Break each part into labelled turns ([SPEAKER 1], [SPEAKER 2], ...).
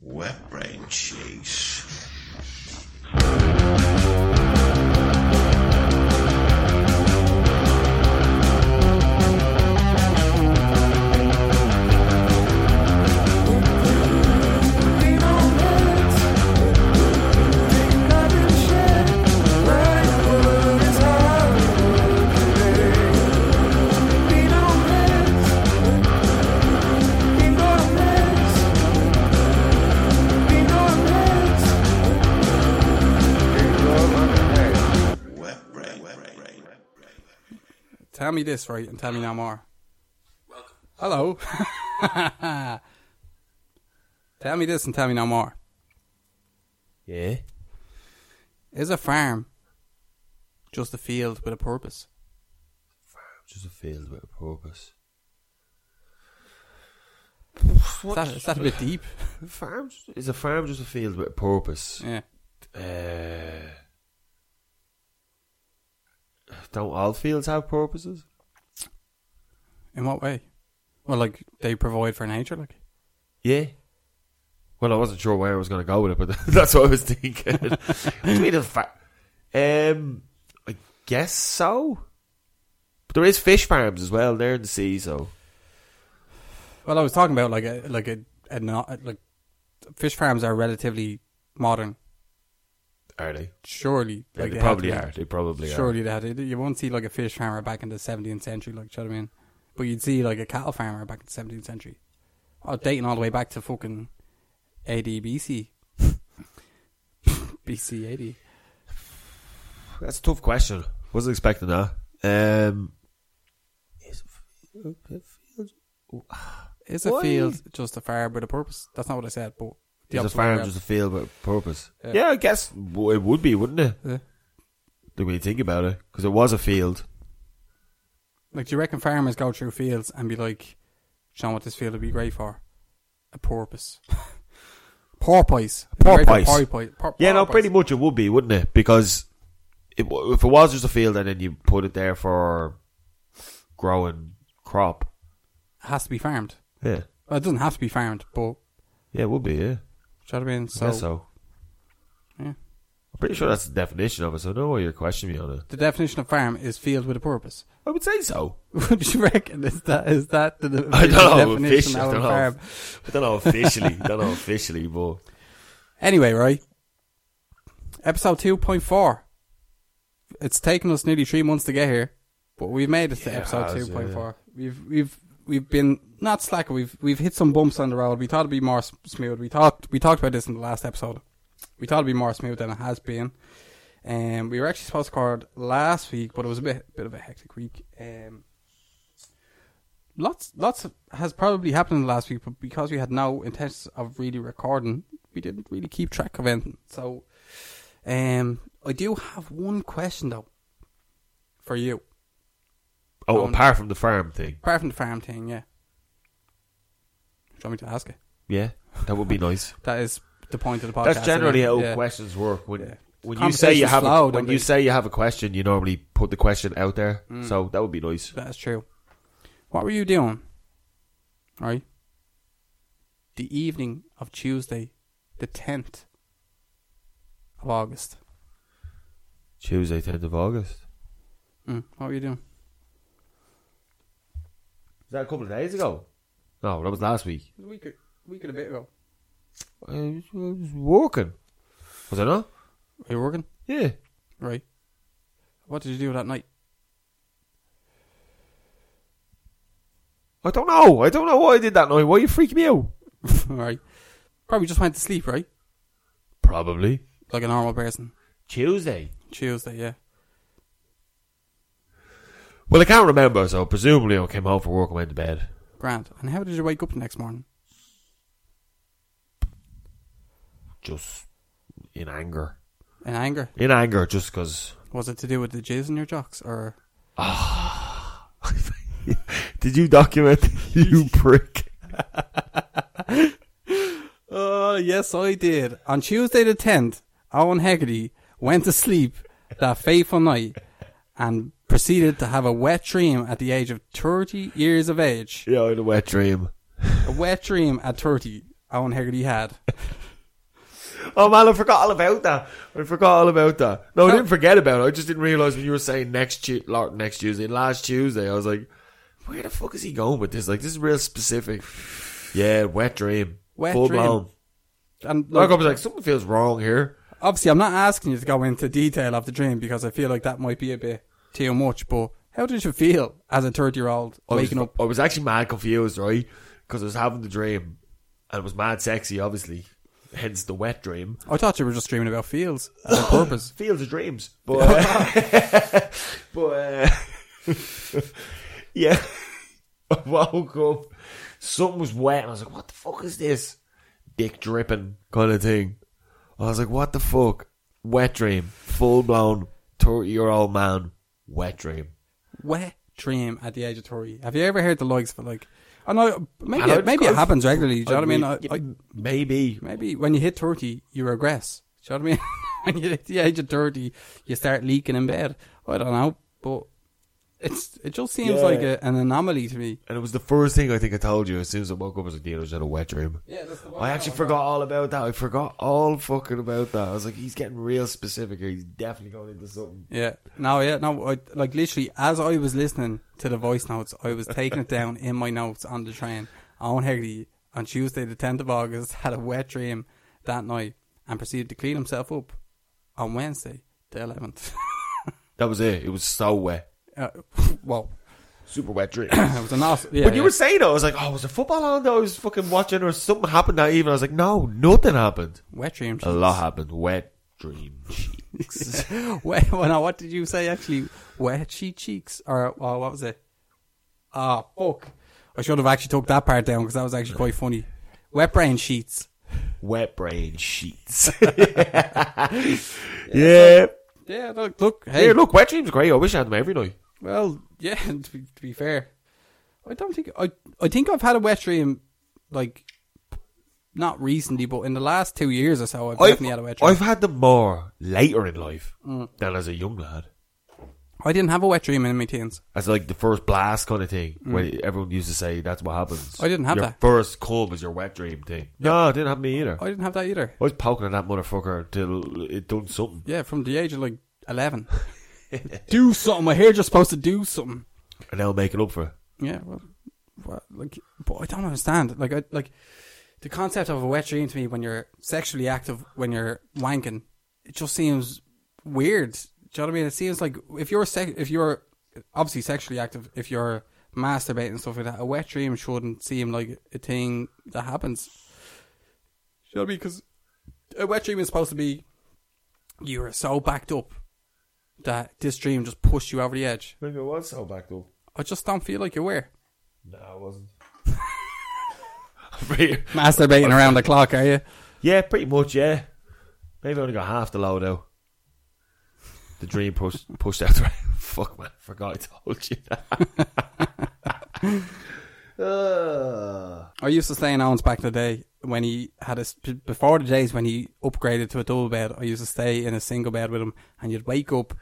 [SPEAKER 1] Wet brain cheese. Wet brain.
[SPEAKER 2] Tell me this, right, and tell me no more.
[SPEAKER 3] Welcome.
[SPEAKER 2] Hello. tell me this and tell me no more.
[SPEAKER 3] Yeah.
[SPEAKER 2] Is a farm just a field with a purpose?
[SPEAKER 3] Just a field with a purpose.
[SPEAKER 2] Is that, is that a bit deep?
[SPEAKER 3] Farm is a farm just a field with a purpose.
[SPEAKER 2] Yeah.
[SPEAKER 3] Uh, don't all fields have purposes?
[SPEAKER 2] In what way? Well, like they provide for nature, like.
[SPEAKER 3] Yeah. Well, I wasn't sure where I was going to go with it, but that's what I was thinking. Between the fa- um, I guess so. But there is fish farms as well. They're in the sea, so
[SPEAKER 2] Well, I was talking about like a like a, a not, like fish farms are relatively modern.
[SPEAKER 3] are they?
[SPEAKER 2] Surely,
[SPEAKER 3] Yeah,
[SPEAKER 2] like
[SPEAKER 3] they
[SPEAKER 2] have
[SPEAKER 3] probably
[SPEAKER 2] to be.
[SPEAKER 3] are. They probably are.
[SPEAKER 2] Surely that it- you won't see like a fish farmer back in the 17th century, like do you know what I mean? But you'd see like a cattle farmer back in the 17th century, oh, dating all the way back to fucking AD BC, BC 80.
[SPEAKER 3] That's a tough question. Wasn't expecting that. Um,
[SPEAKER 2] Is a
[SPEAKER 3] Why?
[SPEAKER 2] field just a farm with a purpose? That's not what I said, but the
[SPEAKER 3] is a
[SPEAKER 2] opposite way
[SPEAKER 3] farm
[SPEAKER 2] around.
[SPEAKER 3] just a field with a purpose?
[SPEAKER 2] Yeah.
[SPEAKER 3] Yeah, I guess w- it would be, wouldn't it?
[SPEAKER 2] Yeah.
[SPEAKER 3] The way you think about it, because it was a field.
[SPEAKER 2] like do you reckon farmers go through fields and be like, "Sean, what this field would be great for? A porpoise." Porpoise.
[SPEAKER 3] Porpoise.
[SPEAKER 2] Porpoise. Por-
[SPEAKER 3] Yeah, no,
[SPEAKER 2] porpoise.
[SPEAKER 3] pretty much it would be, wouldn't it? Because it, w- if it was just a field and then you put it there for growing crop,
[SPEAKER 2] It has to be farmed.
[SPEAKER 3] yeah,
[SPEAKER 2] Well, it doesn't have to be farmed, but
[SPEAKER 3] yeah, it would be, yeah.
[SPEAKER 2] Do you know what I mean?
[SPEAKER 3] I
[SPEAKER 2] So,
[SPEAKER 3] guess so.
[SPEAKER 2] Yeah.
[SPEAKER 3] I'm pretty sure that's the definition of it. So I don't know why you're questioning me on it.
[SPEAKER 2] the definition of farm is field with a purpose.
[SPEAKER 3] I would say so.
[SPEAKER 2] What do you reckon? Is that is that the, the
[SPEAKER 3] I don't know
[SPEAKER 2] definition
[SPEAKER 3] officially. I
[SPEAKER 2] of a
[SPEAKER 3] don't
[SPEAKER 2] farm?
[SPEAKER 3] know. I don't know officially. I don't know officially, but
[SPEAKER 2] Anyway, right. Episode two point four. It's taken us nearly three months to get here, but we've made it to
[SPEAKER 3] Yeah, it
[SPEAKER 2] episode
[SPEAKER 3] has,
[SPEAKER 2] two point four. We've we've we've been not slack. We've we've hit some bumps on the road. We thought it'd be more s- smooth. We talked we talked about this in the last episode. We thought it'd be more smooth than it has been. Um, we were actually supposed to record last week, but it was a bit bit of a hectic week. Um, lots lots has probably happened in the last week, but because we had no intentions of really recording, we didn't really keep track of anything. So, um, I do have one question though for you,
[SPEAKER 3] oh,
[SPEAKER 2] Um,
[SPEAKER 3] apart from the farm thing,
[SPEAKER 2] apart from the farm thing, yeah. Do you want me to ask it?
[SPEAKER 3] yeah, that would be nice.
[SPEAKER 2] That is the point of the podcast.
[SPEAKER 3] That's generally
[SPEAKER 2] isn't
[SPEAKER 3] how
[SPEAKER 2] it? Yeah.
[SPEAKER 3] questions work. When
[SPEAKER 2] Yeah.
[SPEAKER 3] when you say you
[SPEAKER 2] Conversations
[SPEAKER 3] have a-
[SPEAKER 2] flow,
[SPEAKER 3] when
[SPEAKER 2] don't
[SPEAKER 3] you
[SPEAKER 2] they? Mm.
[SPEAKER 3] say you have a question, you normally put the question out there. So that would be nice.
[SPEAKER 2] That's true. What were you doing? Right. The evening of Tuesday, the tenth of August.
[SPEAKER 3] Tuesday, tenth of August.
[SPEAKER 2] Mm, what were you doing?
[SPEAKER 3] Was that a couple of days ago? No, that was last week.
[SPEAKER 2] It was a week, a week and a bit ago.
[SPEAKER 3] I was, I was working. Was I not?
[SPEAKER 2] Are you working?
[SPEAKER 3] Yeah.
[SPEAKER 2] Right. What did you do that night?
[SPEAKER 3] I don't know. I don't know what I did that night. Why you freaking me out?
[SPEAKER 2] right. Probably just went to sleep, right?
[SPEAKER 3] Probably
[SPEAKER 2] Like a normal person.
[SPEAKER 3] Tuesday.
[SPEAKER 2] Tuesday, yeah.
[SPEAKER 3] Well, I can't remember, so presumably I came home from work and went to bed.
[SPEAKER 2] Grand. And how did you wake up the next morning?
[SPEAKER 3] Just in anger.
[SPEAKER 2] In anger.
[SPEAKER 3] In anger, just because.
[SPEAKER 2] Was it to do with the jizz in your jocks or
[SPEAKER 3] Did you document you prick?
[SPEAKER 2] Oh, yes, I did. On Tuesday the 10th, Owen Hegarty went to sleep that fateful night and proceeded to have a wet dream at the age of 30 years of age.
[SPEAKER 3] Yeah, I had a wet dream.
[SPEAKER 2] A wet dream at 30. Owen Hegarty had.
[SPEAKER 3] Oh man, I forgot all about that. I forgot all about that. No, I
[SPEAKER 2] No.
[SPEAKER 3] didn't forget about it. I just didn't realize when you were saying next tu- la- next Tuesday, last Tuesday. I was like, where the fuck is he going with this? Like, this is real specific. Yeah, wet dream,
[SPEAKER 2] Wet
[SPEAKER 3] full
[SPEAKER 2] dream.
[SPEAKER 3] blown.
[SPEAKER 2] And
[SPEAKER 3] Like,
[SPEAKER 2] look,
[SPEAKER 3] I was like, something feels wrong here.
[SPEAKER 2] obviously, I'm not asking you to go into detail of the dream because I feel like that might be a bit too much. But how did you feel as a 30 year old
[SPEAKER 3] I was,
[SPEAKER 2] waking up?
[SPEAKER 3] I was actually mad confused, right? Because I was having the dream, and it was mad sexy, obviously. Hence the wet dream.
[SPEAKER 2] I thought you were just dreaming about fields as a purpose.
[SPEAKER 3] Fields of dreams, but uh, but uh, yeah, I woke up. Something was wet, and I was like, "What the fuck is this?" Dick dripping kind of thing. I was like, "What the fuck?" Wet dream, full blown thirty year old man, wet dream.
[SPEAKER 2] Wet dream at the age of 30. Have you ever heard the likes of it? Like, I know, maybe,
[SPEAKER 3] And I-
[SPEAKER 2] it, maybe
[SPEAKER 3] I-
[SPEAKER 2] it happens regularly. Do you know what I mean? I, I,
[SPEAKER 3] maybe
[SPEAKER 2] Maybe when you hit 30, you regress. Do you know what I mean? when you hit the age of 30, you start leaking in bed. I don't know, but it's it just seems
[SPEAKER 3] Yeah.
[SPEAKER 2] like a, an anomaly to me.
[SPEAKER 3] And it was the first thing I think I told you as soon as I woke up. I was like, "Dean, I was in a wet dream."
[SPEAKER 2] Yeah, that's the
[SPEAKER 3] I actually forgot all about that. I forgot all fucking about that. I was like, "He's getting real specific here. He's definitely going into something."
[SPEAKER 2] Yeah, no, yeah, no. I, like literally, as I was listening to the voice notes, I was taking it down in my notes on the train. Owen Hegarty on Tuesday, the 10th of August, had a wet dream that night and proceeded to clean himself up on Wednesday, the 11th.
[SPEAKER 3] That was it. It was so wet,
[SPEAKER 2] uh, well,
[SPEAKER 3] super wet dream.
[SPEAKER 2] it was an awesome. Yeah,
[SPEAKER 3] but you
[SPEAKER 2] yeah.
[SPEAKER 3] were saying though, I was like, "Oh, was the football on that I was fucking watching, or something happened that even?" I was like, "No, nothing happened.
[SPEAKER 2] wet dream.
[SPEAKER 3] A lot happened. Wet dream." cheeks.
[SPEAKER 2] Wet, well, now, what did you say actually? Wet she cheeks, or oh, what was it? Ah, fuck! I should have actually took that part down because that was actually quite funny. Wet brain sheets.
[SPEAKER 3] wet brain sheets. yeah.
[SPEAKER 2] Yeah, look, look, hey,
[SPEAKER 3] Hey, look, wet dreams are great. I wish I had them every night.
[SPEAKER 2] Well, yeah. To be, to be fair, I don't think I. I think I've had a wet dream, like not recently, but in the last two years or so, I've, definitely had a wet dream. Mm.
[SPEAKER 3] I've had them more later in life than as a young lad.
[SPEAKER 2] I didn't have a wet dream in my teens.
[SPEAKER 3] As like the first blast kind of thing, where everyone used to say that's what happens.
[SPEAKER 2] Mm. Oh, I didn't have
[SPEAKER 3] your
[SPEAKER 2] that. Oh,
[SPEAKER 3] First cum is your wet dream thing. No, it didn't happen to me either.
[SPEAKER 2] I didn't have that either.
[SPEAKER 3] I was poking at that motherfucker until it done something.
[SPEAKER 2] Yeah, from the age of like eleven. do something. I heard you're supposed to do something.
[SPEAKER 3] And now I'm making up for it.
[SPEAKER 2] Yeah, well, well, like, but I don't understand. Like, I, like the concept of a wet dream to me when you're sexually active, when you're wanking, it just seems weird. Do you know what I mean? It seems like if you're sec- if you're obviously sexually active, if you're masturbating and stuff like that, a wet dream shouldn't seem like a thing that happens. Do you know what I mean? Because a wet dream is supposed to be you are so backed up that this dream just pushed you over the edge.
[SPEAKER 3] Maybe I was so backed up.
[SPEAKER 2] I just don't feel like you were.
[SPEAKER 3] No, I wasn't.
[SPEAKER 2] masturbating around the clock, are you?
[SPEAKER 3] yeah, pretty much, yeah. Maybe I only got half the load out. The dream pushed pushed after Fuck man, I forgot I told you that. uh,
[SPEAKER 2] I used to stay in Owen's back in the day when he had a s- b- before the days when he upgraded to a double bed. I used to stay in a single bed with him, and you'd wake up,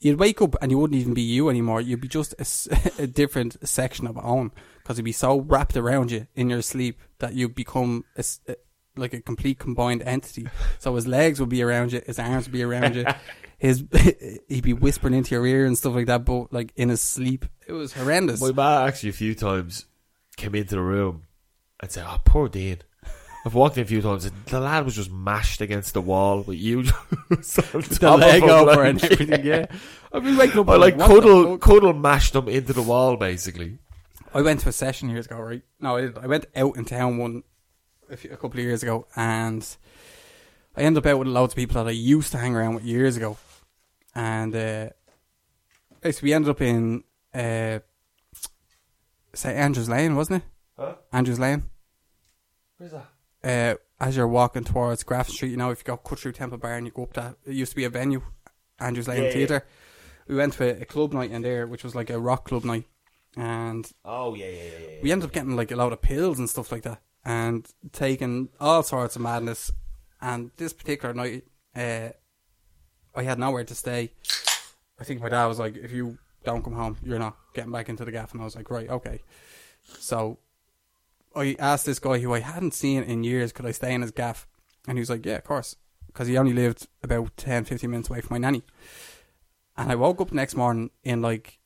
[SPEAKER 2] you'd wake up, and you wouldn't even be you anymore. You'd be just a, s- a different section of Owen because he'd be so wrapped around you in your sleep that you become a s a like a complete combined entity. So his legs would be around you, his arms would be around you. His he'd be whispering into your ear and stuff like that, but like in his sleep, it was horrendous.
[SPEAKER 3] my ma actually a few times came into the room and said, "Oh, poor Dean." I've walked in a few times. and The lad was just mashed against the wall, but you just on top
[SPEAKER 2] the
[SPEAKER 3] of
[SPEAKER 2] leg
[SPEAKER 3] him,
[SPEAKER 2] over
[SPEAKER 3] like-
[SPEAKER 2] and everything. Yeah, I've been waking up.
[SPEAKER 3] I like
[SPEAKER 2] what the
[SPEAKER 3] cuddle
[SPEAKER 2] fuck?
[SPEAKER 3] cuddle mashed them into the wall basically.
[SPEAKER 2] I went to a session years ago, right? No, I didn't. I went out in town one a, few, a couple of years ago, and I ended up out with loads of people that I used to hang around with years ago, and uh, basically we ended up in uh, St Andrew's Lane, wasn't it?
[SPEAKER 3] Huh?
[SPEAKER 2] Andrew's Lane.
[SPEAKER 3] Where's that?
[SPEAKER 2] uh, as you're walking towards Grafton Street, you know, if you go cut through Temple Bar and you go up that, it used to be a venue, Andrews Lane
[SPEAKER 3] Yeah, yeah.
[SPEAKER 2] Theatre. We went to a, a club night in there, which was like a rock club night, and
[SPEAKER 3] Oh yeah, yeah, yeah. yeah.
[SPEAKER 2] we ended up getting like a lot of pills and stuff like that, and taking all sorts of madness. And this particular night, uh, I had nowhere to stay. I think my dad was like, "If you don't come home, you're not getting back into the gaff." And I was like, "Right, okay." So I asked this guy who I hadn't seen in years, could I stay in his gaff? And he was like, yeah, of course. Because he only lived about 10, 15 minutes away from my nanny. And I woke up the next morning in like,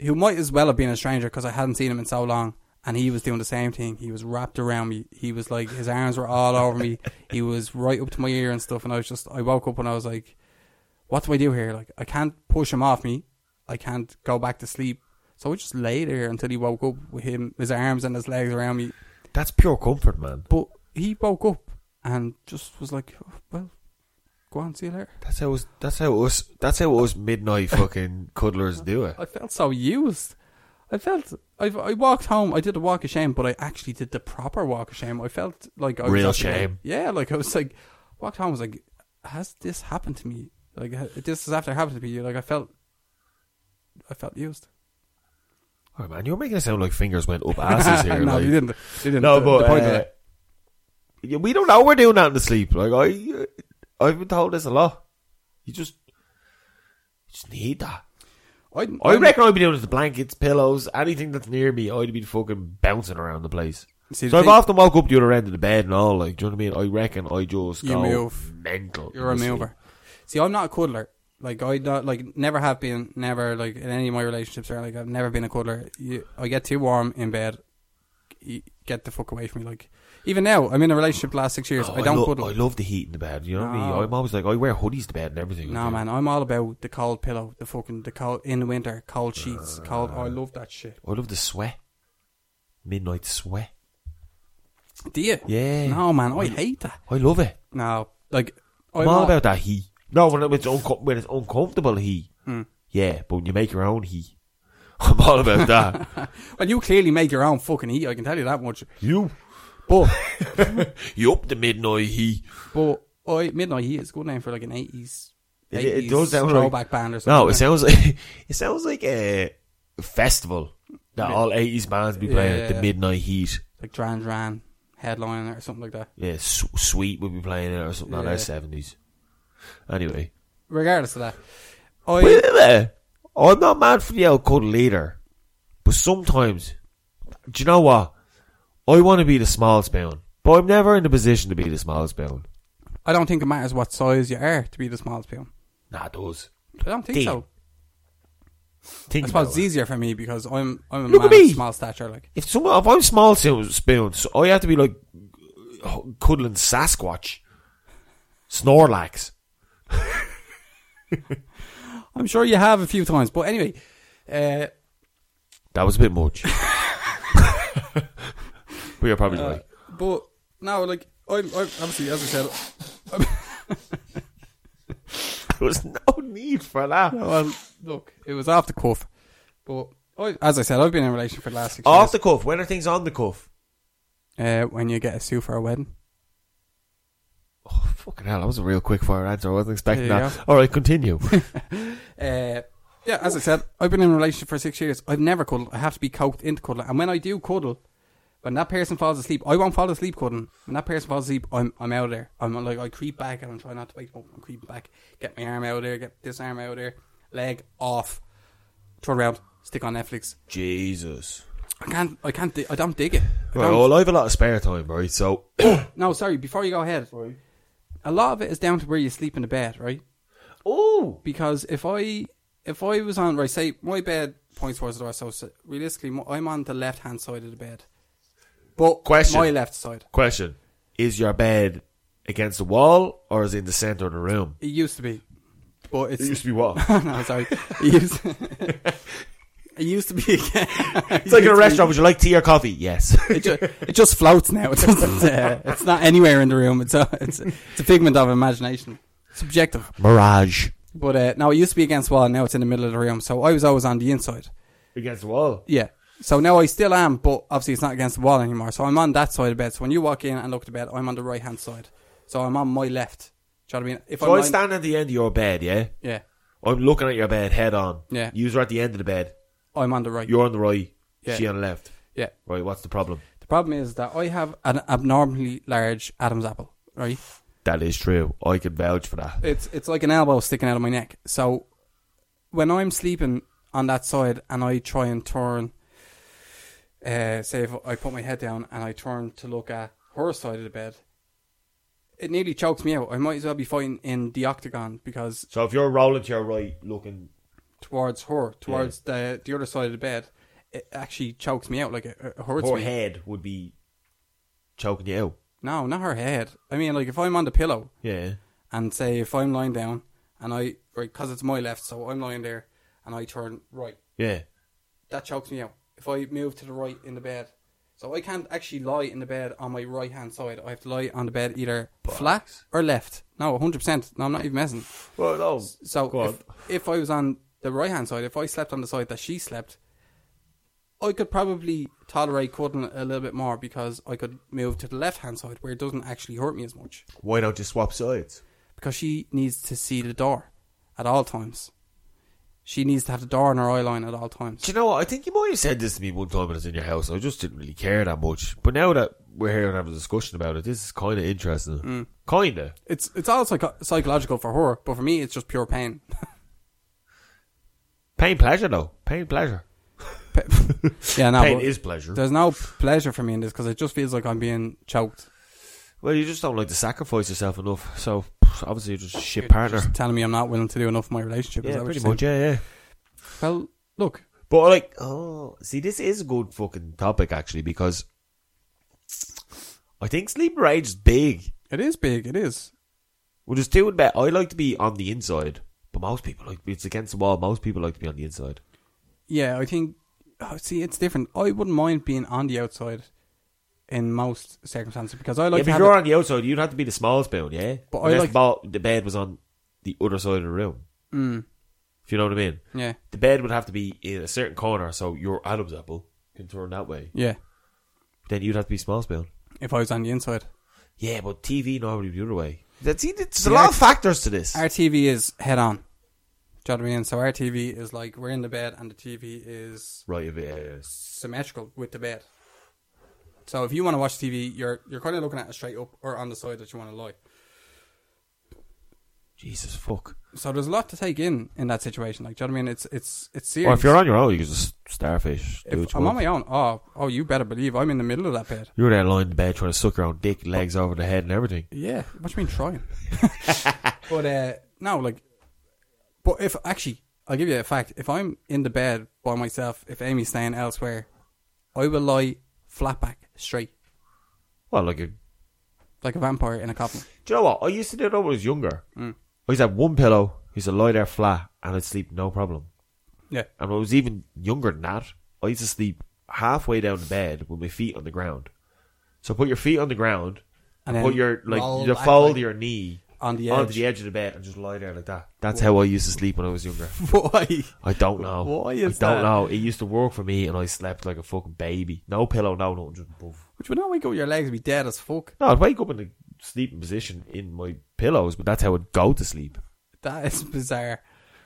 [SPEAKER 2] who might as well have been a stranger because I hadn't seen him in so long. And he was doing the same thing. He was wrapped around me. He was like, his arms were all over me. He was right up to my ear and stuff. And I was just, I woke up and I was like, what do I do here? Like, I can't push him off me. I can't go back to sleep. So I just lay there until he woke up with him, his arms and his legs around me.
[SPEAKER 3] That's pure comfort, man.
[SPEAKER 2] But he woke up and just was like, "Oh, well, go on, see you later.
[SPEAKER 3] That's how us. That's how us. That's how us midnight fucking cuddlers do it.
[SPEAKER 2] I felt so used. I felt I, I walked home. I did a walk of shame, but I actually did the proper walk of shame. I felt like I was
[SPEAKER 3] Real
[SPEAKER 2] actually-
[SPEAKER 3] shame.
[SPEAKER 2] yeah, like I was like walked home. I was like, has this happened to me? Like ha- this has after happened to me. Like I felt, I felt used.
[SPEAKER 3] Oh man, you're making it sound like fingers went up asses here.
[SPEAKER 2] no,
[SPEAKER 3] like.
[SPEAKER 2] you didn't. You didn't.
[SPEAKER 3] No,
[SPEAKER 2] The-
[SPEAKER 3] but
[SPEAKER 2] the point of
[SPEAKER 3] uh,
[SPEAKER 2] it-
[SPEAKER 3] yeah, we don't know we're doing that in the sleep. Like I, I've been told this a lot. You just, you just need that.
[SPEAKER 2] I,
[SPEAKER 3] I
[SPEAKER 2] I'm-
[SPEAKER 3] reckon I'd be doing it with the blankets, pillows, anything that's near me. I'd be fucking bouncing around the place.
[SPEAKER 2] See, the
[SPEAKER 3] so I've
[SPEAKER 2] thing-
[SPEAKER 3] often woke up the other end of the bed and all. Like, do you know what I mean? I reckon I just
[SPEAKER 2] You
[SPEAKER 3] go
[SPEAKER 2] move.
[SPEAKER 3] mental.
[SPEAKER 2] You're a
[SPEAKER 3] in the
[SPEAKER 2] mover. See, I'm not a cuddler. Like I not like never have been, never like in any of my relationships or like I've never been a cuddler. You, I get too warm in bed. You, get the fuck away from me. Like even now, I'm in a relationship the last six years.
[SPEAKER 3] sleep. Oh,
[SPEAKER 2] I don't
[SPEAKER 3] lo-
[SPEAKER 2] cuddle.
[SPEAKER 3] I love the heat in the bed. You know what I
[SPEAKER 2] No.
[SPEAKER 3] mean? I'm always like, I wear hoodies to bed and everything.
[SPEAKER 2] no man, I'm all about the cold pillow, the fucking the cold in the winter, cold sheets, cold.
[SPEAKER 3] Ah.
[SPEAKER 2] Oh, I love that shit.
[SPEAKER 3] I love the sweat. Midnight sweat.
[SPEAKER 2] Do you?
[SPEAKER 3] Yeah.
[SPEAKER 2] No man, I hate that.
[SPEAKER 3] I love it.
[SPEAKER 2] No, like
[SPEAKER 3] I'm, all about that heat. No, when it's, unco- when it's uncomfortable heat.
[SPEAKER 2] Hmm.
[SPEAKER 3] Yeah, but when you make your own heat, I'm all about that.
[SPEAKER 2] Well, you clearly make your own fucking heat. I can tell you that much.
[SPEAKER 3] you,
[SPEAKER 2] But
[SPEAKER 3] you up the midnight heat.
[SPEAKER 2] But I, Midnight Heat is a good name for like an eighties.
[SPEAKER 3] It- it does sound
[SPEAKER 2] throwback
[SPEAKER 3] like-
[SPEAKER 2] band or something.
[SPEAKER 3] No, it sounds like it sounds like a festival that all eighties bands be playing at
[SPEAKER 2] Yeah.
[SPEAKER 3] the midnight heat.
[SPEAKER 2] like Duran Duran headline or something like that.
[SPEAKER 3] Yeah, S- Sweet would be playing it or something like
[SPEAKER 2] Yeah.
[SPEAKER 3] that seventies. Anyway,
[SPEAKER 2] Regardless of that,
[SPEAKER 3] Wait
[SPEAKER 2] I
[SPEAKER 3] a minute. I'm not mad Oh, for the old cuddle either, but sometimes, do you know what? I want to be the small spoon, but I'm never in the position to be the small spoon.
[SPEAKER 2] I don't think it matters what size you are to be the smallest pill.
[SPEAKER 3] Nah, it does.
[SPEAKER 2] I don't think
[SPEAKER 3] Dean,
[SPEAKER 2] so.
[SPEAKER 3] Think
[SPEAKER 2] I suppose
[SPEAKER 3] about
[SPEAKER 2] it's
[SPEAKER 3] it.
[SPEAKER 2] easier for me because I'm I'm a
[SPEAKER 3] Look at
[SPEAKER 2] man of
[SPEAKER 3] me.
[SPEAKER 2] small stature. Like
[SPEAKER 3] if someone if I'm small spoon, spoon, so I have to be like cuddling Sasquatch, Snorlax.
[SPEAKER 2] I'm sure you have a few times, but anyway, uh,
[SPEAKER 3] That was a bit much. we are probably like,
[SPEAKER 2] but no, like I'm, I'm obviously as I said,
[SPEAKER 3] there was no need for that.
[SPEAKER 2] well, look, it was off the cuff, but. I, as I said, I've been in a relationship for the last six
[SPEAKER 3] Off the cuff. When are things on the cuff?
[SPEAKER 2] years. Uh, when you get a suit for a wedding,
[SPEAKER 3] Oh, fucking hell, that was a real quick fire answer. I wasn't expecting
[SPEAKER 2] There you
[SPEAKER 3] that. All right, continue.
[SPEAKER 2] Uh, yeah, as I said, I've been in a relationship for six years. I've never cuddled. I have to be coked into cuddling. And when I do cuddle, when that person falls asleep, I won't fall asleep cuddling. When that person falls asleep, I'm I'm out of there. I'm like I creep back and I'm trying not to wake up. I'm creeping back. Get my arm out of there. Get this arm out of there. Leg off. Turn around. Stick on Netflix.
[SPEAKER 3] Jesus.
[SPEAKER 2] I can't. I can't. Di- I don't dig it. I
[SPEAKER 3] Right,
[SPEAKER 2] don't-
[SPEAKER 3] well, I have a lot of spare time, right? So,
[SPEAKER 2] No, sorry. Before you go ahead, a lot of it is down to where you sleep in the bed, right?
[SPEAKER 3] oh,
[SPEAKER 2] because if I if I was on right, say my bed points towards the door, so s- realistically mo- I'm on the left hand side of the bed, but
[SPEAKER 3] Question.
[SPEAKER 2] my left side.
[SPEAKER 3] question: Is your bed against the wall or is it in the center of the room?
[SPEAKER 2] It used to be, but it's
[SPEAKER 3] to be what?
[SPEAKER 2] no, sorry. It used, it used to be again.
[SPEAKER 3] it's like in a restaurant. Would you like tea or coffee? Yes.
[SPEAKER 2] It, ju- it just floats now. It doesn't. Uh, it's not anywhere in the room. It's a it's a, it's a figment of imagination. Subjective.
[SPEAKER 3] Mirage
[SPEAKER 2] But uh, no, it used to be against the wall. Now it's in the middle of the room. So I was always on the inside.
[SPEAKER 3] against the wall.
[SPEAKER 2] Yeah. So now I still am, but obviously it's not against the wall anymore. So I'm on that side of the bed. So when you walk in and look at the bed, I'm on the right hand side. So I'm on my left. Do you know what I mean? If
[SPEAKER 3] So I
[SPEAKER 2] on-
[SPEAKER 3] stand at the end of your bed, yeah.
[SPEAKER 2] yeah,
[SPEAKER 3] I'm looking at your bed head on.
[SPEAKER 2] Yeah.
[SPEAKER 3] You're at the end of the bed.
[SPEAKER 2] I'm on the right.
[SPEAKER 3] You're on the right.
[SPEAKER 2] Yeah.
[SPEAKER 3] She on the left.
[SPEAKER 2] yeah.
[SPEAKER 3] Right. What's the problem?
[SPEAKER 2] The problem is that I have an abnormally large Adam's apple. Right?
[SPEAKER 3] That is true. I can vouch for that.
[SPEAKER 2] It's it's like an elbow sticking out of my neck. So when I'm sleeping on that side and I try and turn uh, say if I put my head down and I turn to look at her side of the bed, it nearly chokes me out. I might as well be fighting in the octagon because
[SPEAKER 3] So if you're rolling to your right, looking
[SPEAKER 2] towards her, towards the the other side of the bed, it actually chokes me out. Like it, it hurts
[SPEAKER 3] her
[SPEAKER 2] me.
[SPEAKER 3] head would be choking you out.
[SPEAKER 2] No, not her head. I mean, like if I'm on the pillow
[SPEAKER 3] Yeah.
[SPEAKER 2] and say if I'm lying down and I right because it's my left, so I'm lying there and I turn right.
[SPEAKER 3] Yeah.
[SPEAKER 2] that chokes me out. If I move to the right in the bed, so I can't actually lie in the bed on my right hand side. I have to lie on the bed either flat or left. No, hundred percent. No, I'm not even messing.
[SPEAKER 3] Well, no.
[SPEAKER 2] So
[SPEAKER 3] Go
[SPEAKER 2] if, if I was on the right hand side, if I slept on the side that she slept, I could probably tolerate cuddling a little bit more because I could move to the left hand side where it doesn't actually hurt me as much.
[SPEAKER 3] Why don't you swap sides?
[SPEAKER 2] Because she needs to see the door at all times. She needs to have the door in her eye line at all times.
[SPEAKER 3] Do you know what? I think you might have said this to me one time when I was in your house. I just didn't really care that much. But now that we're here and having a discussion about it, this is kind of interesting.
[SPEAKER 2] Mm.
[SPEAKER 3] Kind of.
[SPEAKER 2] It's it's all psycho- psychological for her, but for me, it's just pure pain.
[SPEAKER 3] Pain pleasure, though. Pain pleasure.
[SPEAKER 2] yeah, no,
[SPEAKER 3] Pain
[SPEAKER 2] but
[SPEAKER 3] is pleasure.
[SPEAKER 2] there's no pleasure for me in this because it just feels like I'm being choked.
[SPEAKER 3] Well, you just don't like to sacrifice yourself enough. So obviously, you're just a shit partner.
[SPEAKER 2] Just telling me I'm not willing to do enough in my relationship. is
[SPEAKER 3] yeah,
[SPEAKER 2] that
[SPEAKER 3] pretty
[SPEAKER 2] what
[SPEAKER 3] much.
[SPEAKER 2] you're
[SPEAKER 3] Yeah, yeah.
[SPEAKER 2] saying? Well, look,
[SPEAKER 3] But like, oh, see, this is a good fucking topic actually because I think sleep rage is big.
[SPEAKER 2] it is big. It is.
[SPEAKER 3] Well, there's two in bed. I like to be on the inside, but most people like it's against the wall. Most people like to be on the inside.
[SPEAKER 2] Yeah, I think. Oh, see, it's different. I wouldn't mind being on the outside in most circumstances because I like
[SPEAKER 3] if
[SPEAKER 2] to have.
[SPEAKER 3] you're
[SPEAKER 2] it-
[SPEAKER 3] on the outside, you'd have to be the small spoon, yeah.
[SPEAKER 2] But I
[SPEAKER 3] Unless
[SPEAKER 2] like-
[SPEAKER 3] the, ball, the bed was on the other side of the room.
[SPEAKER 2] Mm,
[SPEAKER 3] If you know what I mean,
[SPEAKER 2] yeah,
[SPEAKER 3] the bed would have to be in a certain corner, so your Adam's apple can turn that way.
[SPEAKER 2] yeah.
[SPEAKER 3] Then you'd have to be small spoon.
[SPEAKER 2] If I was on the inside,
[SPEAKER 3] Yeah, but TV normally the other way. That's see, there's a
[SPEAKER 2] The
[SPEAKER 3] lot
[SPEAKER 2] act-
[SPEAKER 3] of factors to this.
[SPEAKER 2] our TV is head on. Do you know what I mean? So our TV is like we're in the bed and the TV is
[SPEAKER 3] Right, if it is.
[SPEAKER 2] symmetrical with the bed. So if you want to watch TV, you're you're kind of looking at it straight up or on the side that you want to lie.
[SPEAKER 3] Jesus fuck.
[SPEAKER 2] So there's a lot to take in in that situation. Like, do you know what I mean? It's it's it's serious.
[SPEAKER 3] Well, if you're on your own, you can just starfish.
[SPEAKER 2] If I'm on my own, oh oh, you better believe I'm in the middle of that bed.
[SPEAKER 3] You're there lying in bed trying to suck your own dick, legs over the head, and everything.
[SPEAKER 2] Yeah, what do you mean trying? but uh no, like, but if actually, I'll give you a fact. If I'm in the bed by myself, if Amy's staying elsewhere, I will lie flat back straight
[SPEAKER 3] Well, like, you-
[SPEAKER 2] like a vampire in a coffin.
[SPEAKER 3] do you know what? I used to do that when I was younger. I used to have one pillow, I used to lie there flat, and I'd sleep no problem.
[SPEAKER 2] Yeah,
[SPEAKER 3] And when I was even younger than that, I used to sleep halfway down the bed with my feet on the ground. So put your feet on the ground,
[SPEAKER 2] And
[SPEAKER 3] and,
[SPEAKER 2] then
[SPEAKER 3] put your like
[SPEAKER 2] roll
[SPEAKER 3] you
[SPEAKER 2] back
[SPEAKER 3] fold
[SPEAKER 2] like-
[SPEAKER 3] your knee
[SPEAKER 2] on the
[SPEAKER 3] onto
[SPEAKER 2] edge.
[SPEAKER 3] the edge of the bed and just lie there like that. That's how I used to sleep when I was younger.
[SPEAKER 2] Why?
[SPEAKER 3] I don't know.
[SPEAKER 2] Why
[SPEAKER 3] I
[SPEAKER 2] is
[SPEAKER 3] don't
[SPEAKER 2] that?
[SPEAKER 3] know. It used to work for me, and I slept like a fucking baby. No pillow, no nothing, just above.
[SPEAKER 2] Which would not wake up your legs and be dead as fuck.
[SPEAKER 3] No, I'd wake up in a sleeping position in my pillows, but that's how I'd go to sleep.
[SPEAKER 2] That is bizarre.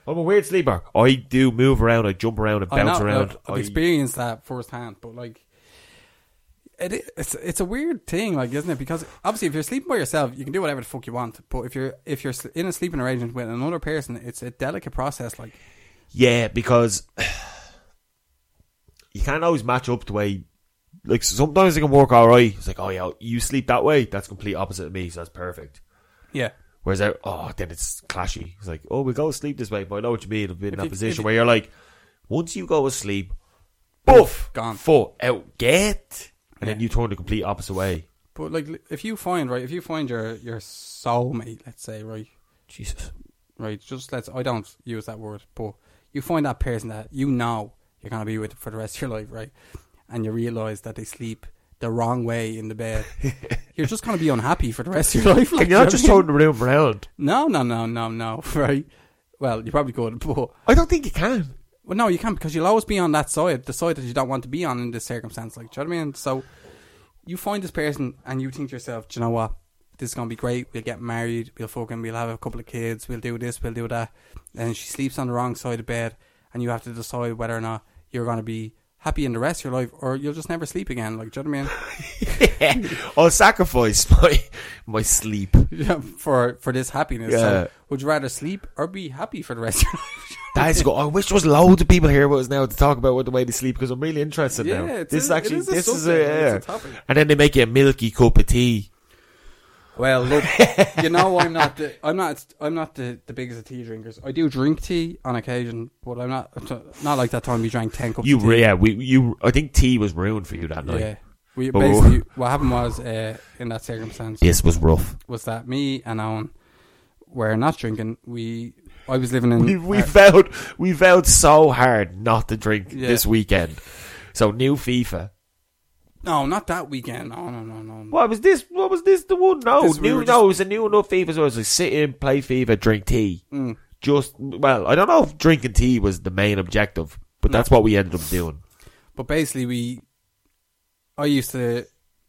[SPEAKER 3] I'm a weird sleeper. I do move around. I jump around. I
[SPEAKER 2] I know,
[SPEAKER 3] bounce around.
[SPEAKER 2] I've, I've
[SPEAKER 3] I-
[SPEAKER 2] experienced that firsthand, but like, it, i- it's it's a weird thing, like, isn't it? Because obviously, if you're sleeping by yourself, you can do whatever the fuck you want. But if you're if you're sl- in a sleeping arrangement with another person, it's a delicate process. Like,
[SPEAKER 3] Yeah, because you can't always match up the way. Like sometimes it can work all right. It's like, oh yeah, you sleep that way. That's complete opposite of me, so that's perfect.
[SPEAKER 2] yeah,
[SPEAKER 3] Whereas, I, oh, then it's clashy. It's like, oh, we go to sleep this way, but I know what you mean. I've been in
[SPEAKER 2] If
[SPEAKER 3] that
[SPEAKER 2] you- if
[SPEAKER 3] position
[SPEAKER 2] you-
[SPEAKER 3] where you're like, once you go asleep, buff,
[SPEAKER 2] Gone.
[SPEAKER 3] full out, get, and then
[SPEAKER 2] Yeah.
[SPEAKER 3] you turn the complete opposite way.
[SPEAKER 2] but like, li- if you find right, if you find your your soulmate, let's say right,
[SPEAKER 3] Jesus.
[SPEAKER 2] right, just let's I don't use that word, but you find that person that you know you're gonna be with for the rest of your life, right? And you realize that they sleep the wrong way in the bed. you're just gonna be unhappy for the rest of your life. like,
[SPEAKER 3] Can you not
[SPEAKER 2] do
[SPEAKER 3] just
[SPEAKER 2] know what I mean?
[SPEAKER 3] turn the room around?
[SPEAKER 2] No, no, no, no, no. Right? Well, you probably could, but well,
[SPEAKER 3] I don't think you can.
[SPEAKER 2] no, you can't because you'll always be on that side, the side that you don't want to be on in this circumstance. Like, do you know what I mean? So you find this person and you think to yourself, do you know what? This is gonna be great. We'll get married. We'll fucking. We'll have a couple of kids. We'll do this. We'll do that. And she sleeps on the wrong side of bed, and you have to decide whether or not you're gonna be happy in the rest of your life, or you'll just never sleep again. Like, do you know what
[SPEAKER 3] I'll sacrifice my my sleep.
[SPEAKER 2] I mean? Yeah, for for this happiness.
[SPEAKER 3] Yeah.
[SPEAKER 2] So, would you rather sleep or be happy for the rest of your life?
[SPEAKER 3] That is good. I wish there was loads of people here with us now to talk about what the way they sleep because I'm really interested
[SPEAKER 2] Yeah,
[SPEAKER 3] now.
[SPEAKER 2] it
[SPEAKER 3] this
[SPEAKER 2] is-
[SPEAKER 3] is actually
[SPEAKER 2] it is a
[SPEAKER 3] this is a,
[SPEAKER 2] subject,
[SPEAKER 3] yeah.
[SPEAKER 2] it's a topic.
[SPEAKER 3] and then they make you a milky cup of tea.
[SPEAKER 2] Well, look, you know, I'm not the, I'm not, I'm not the, the biggest of tea drinkers. I do drink tea on occasion, but I'm not, not like that time we drank ten cups.
[SPEAKER 3] You
[SPEAKER 2] of tea.
[SPEAKER 3] re- yeah, we you I think tea was ruined for you that night.
[SPEAKER 2] yeah. We
[SPEAKER 3] But-
[SPEAKER 2] basically what happened was uh, in that circumstance
[SPEAKER 3] This was rough.
[SPEAKER 2] was that me and Owen were not drinking. We, I was living in.
[SPEAKER 3] We, we
[SPEAKER 2] uh,
[SPEAKER 3] vowed we vowed so hard not to drink
[SPEAKER 2] Yeah.
[SPEAKER 3] this weekend. So new FIFA.
[SPEAKER 2] no, not that weekend. No, no, no, no.
[SPEAKER 3] What was this? What was this? The one? No,
[SPEAKER 2] This- we
[SPEAKER 3] new.
[SPEAKER 2] were
[SPEAKER 3] no, it was a new enough FIFA. So it was like sit in, play FIFA, drink tea. Just well, I don't know if drinking tea was the main objective, but that's what we ended up doing.
[SPEAKER 2] But basically, we. I used to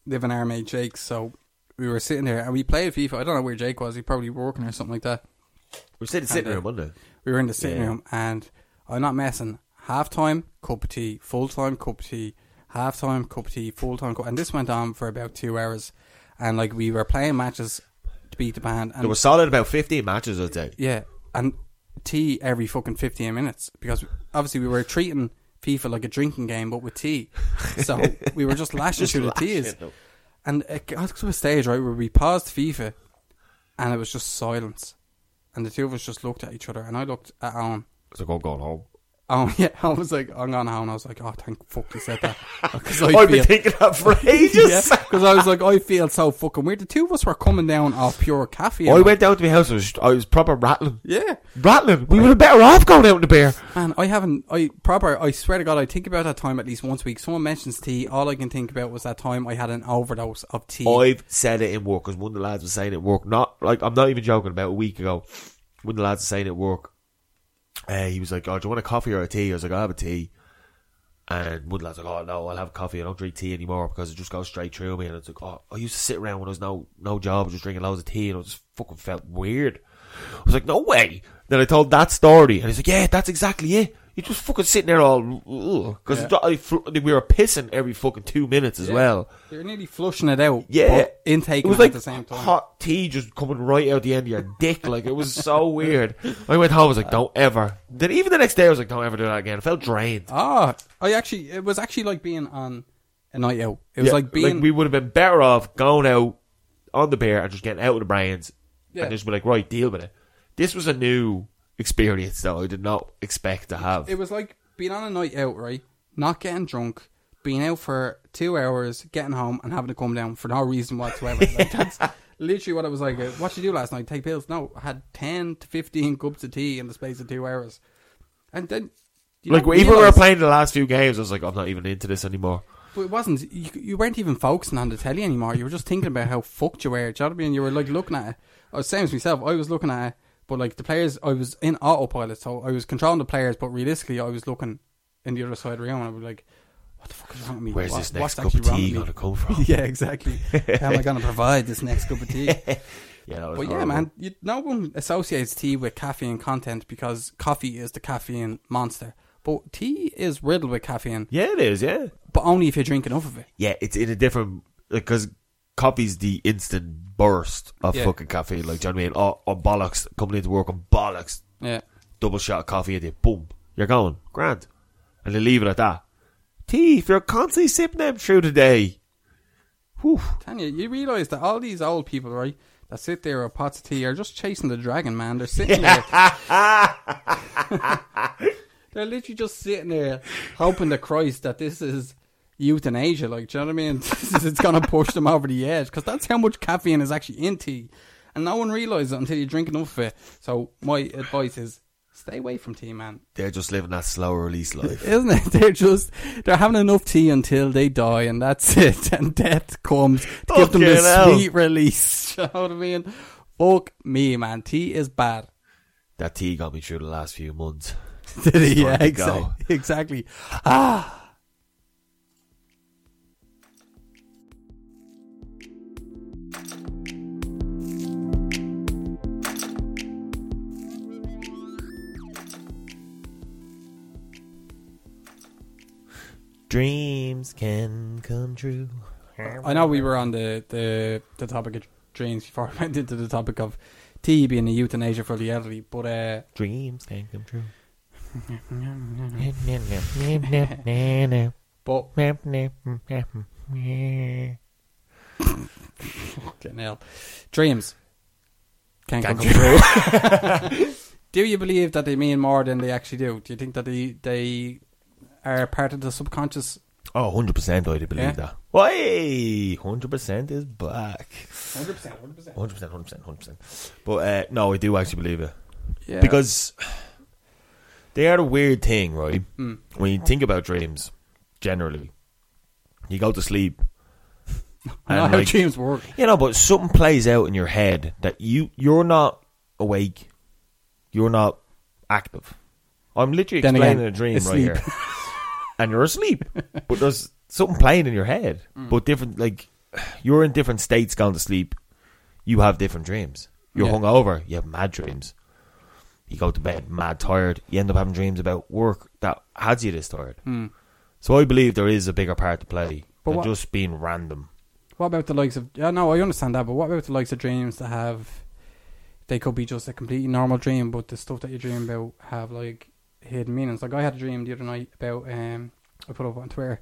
[SPEAKER 2] live in our mate Jake's, so we were sitting there and we played FIFA. I don't know where Jake was. He probably working or something like that.
[SPEAKER 3] We were sitting sitting
[SPEAKER 2] And, uh,
[SPEAKER 3] room, wasn't it?
[SPEAKER 2] We were in the sitting
[SPEAKER 3] Yeah.
[SPEAKER 2] room, and I'm not messing. Half time, cup of tea. Full time, cup of tea. Half time, cup of tea. Full time, cup. And this went on for about two hours, and like we were playing matches to beat the band, and
[SPEAKER 3] There was solid about fifteen matches I'd say.
[SPEAKER 2] yeah, and tea every fucking fifteen minutes because obviously we were treating FIFA like a drinking game, but with tea. So we were just lashing through the teas,
[SPEAKER 3] them.
[SPEAKER 2] and it got to a stage right where we paused FIFA, and it was just silence, and the two of us just looked at each other, and I looked at Alan.
[SPEAKER 3] So go going home.
[SPEAKER 2] Oh yeah, I was like, I'm going home. I was like, oh, thank fuck you said that because I
[SPEAKER 3] I've
[SPEAKER 2] feel,
[SPEAKER 3] been thinking that for ages.
[SPEAKER 2] because I was like, I feel so fucking weird. The two of us were coming down off pure caffeine.
[SPEAKER 3] I went down to my house. I was, I was proper rattling,
[SPEAKER 2] yeah,
[SPEAKER 3] rattling. We would have better off going out in the beer.
[SPEAKER 2] man, I haven't. I proper. I swear to God, I think about that time at least once a week. Someone mentions tea. All I can think about was that time I had an overdose of tea.
[SPEAKER 3] I've said it in work because one of the lads was saying it at work. Not like I'm not even joking. About a week ago, one of the lads was saying it at work. Uh, he was like, "Oh, do you want a coffee or a tea?" I was like, "I will have a tea." And one of the lads was like, "Oh no, I'll have coffee. I don't drink tea anymore because it just goes straight through me." And it's like, "Oh, I used to sit around when I was no no job, just drinking loads of tea, and I just fucking felt weird." I was like, "No way." Then I told that story, and he's like, "Yeah, that's exactly it." You just fucking sitting there all because
[SPEAKER 2] Yeah.
[SPEAKER 3] we were pissing every fucking two minutes as
[SPEAKER 2] Yeah.
[SPEAKER 3] well.
[SPEAKER 2] You're nearly flushing it out.
[SPEAKER 3] Yeah,
[SPEAKER 2] but intaking it at the same time.
[SPEAKER 3] hot tea just coming right out the end of your dick. Like it was so weird. I went home. I was like, don't ever. Then even the next day, I was like, don't ever do that again. I felt drained.
[SPEAKER 2] Ah, I actually, it was actually like being on a night out. It was
[SPEAKER 3] Yeah,
[SPEAKER 2] like being.
[SPEAKER 3] we would have been better off going out on the beer and just getting out of the brains
[SPEAKER 2] Yeah.
[SPEAKER 3] and just be like, right, deal with it. This was a new experience though. I did not expect to have.
[SPEAKER 2] it was like being on a night out, right? Not getting drunk, being out for two hours, getting home, and having to come down for no reason whatsoever. like, that's literally what I was like. uh, What did you do last night? Take pills? No, I had ten to fifteen cups of tea in the space of two hours, and then you
[SPEAKER 3] like
[SPEAKER 2] don't
[SPEAKER 3] even when we were
[SPEAKER 2] realise-
[SPEAKER 3] playing the last few games, I was like, I'm not even into this anymore.
[SPEAKER 2] But it wasn't. You, you weren't even focusing on the telly anymore. You were just thinking about how fucked you were. Do you know what I mean? You were like looking at it. I was saying to myself, I was looking at it, but like the players, I was in autopilot, so I was controlling the players, but realistically, I was looking in the other side of the room and I was like, what the fuck is wrong with me?
[SPEAKER 3] Where's
[SPEAKER 2] What-
[SPEAKER 3] this next
[SPEAKER 2] what's
[SPEAKER 3] cup
[SPEAKER 2] actually
[SPEAKER 3] of
[SPEAKER 2] wrong
[SPEAKER 3] tea
[SPEAKER 2] with
[SPEAKER 3] gonna
[SPEAKER 2] me?"
[SPEAKER 3] come from?
[SPEAKER 2] yeah, exactly. How am I going to provide this next cup of tea?
[SPEAKER 3] yeah, that was
[SPEAKER 2] But yeah,
[SPEAKER 3] horrible.
[SPEAKER 2] man, you, no one associates tea with caffeine content because coffee is the caffeine monster. But tea is riddled with caffeine,
[SPEAKER 3] Yeah, it is. Yeah.
[SPEAKER 2] but only if you drink enough of it.
[SPEAKER 3] yeah, it's in a different because coffee's the instant burst of
[SPEAKER 2] Yeah.
[SPEAKER 3] fucking caffeine. Like, do you know what I mean? Oh, oh, bollocks, coming into work on bollocks,
[SPEAKER 2] Yeah.
[SPEAKER 3] double shot of coffee, and then boom, you're going grand, and they leave it at that. Tea, if you're constantly sipping them through the day, whew,
[SPEAKER 2] Tanya, you realise that all these old people, right, that sit there with pots of tea are just chasing the dragon, man. They're sitting there. They're literally just sitting there hoping to Christ that this is euthanasia, like, do you know what I mean? This is- it's going to push them over the edge because that's how much caffeine is actually in tea. And no one realises it until you drink enough of it. So my advice is stay away from tea, man.
[SPEAKER 3] they're just living that slow release life.
[SPEAKER 2] Isn't it? They're just they're having enough tea until they die, and that's it. And death comes to give them
[SPEAKER 3] Fucking
[SPEAKER 2] the
[SPEAKER 3] hell.
[SPEAKER 2] sweet release. You know what I mean? Fuck me, man. Tea is bad.
[SPEAKER 3] that tea got me through the last few months.
[SPEAKER 2] yeah,
[SPEAKER 3] time to
[SPEAKER 2] exactly.
[SPEAKER 3] go.
[SPEAKER 2] Exactly.
[SPEAKER 3] Dreams can come true.
[SPEAKER 2] I know we were on the, the, the topic of dreams before I went into the topic of tea being a euthanasia for the elderly, but uh,
[SPEAKER 3] Dreams can come true.
[SPEAKER 2] but
[SPEAKER 3] Oh,
[SPEAKER 2] fucking hell, dreams can't
[SPEAKER 3] Can't
[SPEAKER 2] come true. do you believe that they mean more than they actually do? Do you think that they they are part of the subconscious?
[SPEAKER 3] Oh, 100% I do believe
[SPEAKER 2] Yeah.
[SPEAKER 3] that. Why? 100% is back.
[SPEAKER 2] Hundred percent, hundred percent.
[SPEAKER 3] 100%, 100%, 100%. But uh, no, I do actually believe it.
[SPEAKER 2] Yeah,
[SPEAKER 3] Because they are a weird thing, right?
[SPEAKER 2] Mm.
[SPEAKER 3] When you think about dreams, generally, you go to sleep.
[SPEAKER 2] I know
[SPEAKER 3] and,
[SPEAKER 2] how
[SPEAKER 3] like,
[SPEAKER 2] dreams work.
[SPEAKER 3] You know, but something plays out in your head that you you're not awake, you're not active. I'm literally
[SPEAKER 2] Then
[SPEAKER 3] explaining
[SPEAKER 2] again,
[SPEAKER 3] a dream
[SPEAKER 2] asleep.
[SPEAKER 3] right here, and you're asleep. But there's something playing in your head,
[SPEAKER 2] Mm.
[SPEAKER 3] but different. Like you're in different states going to sleep. You have different dreams. You're
[SPEAKER 2] Yeah.
[SPEAKER 3] hungover. You have mad dreams. You go to bed mad tired. You end up having dreams about work that had you this tired.
[SPEAKER 2] Hmm.
[SPEAKER 3] So I believe there is a bigger part to play
[SPEAKER 2] But
[SPEAKER 3] than
[SPEAKER 2] what-
[SPEAKER 3] just being random.
[SPEAKER 2] What about the likes of? Yeah, no, I understand that, but what about the likes of dreams that have? They could be just a completely normal dream, but the stuff that you dream about have like hidden meanings. Like I had a dream the other night about. um I put up on Twitter.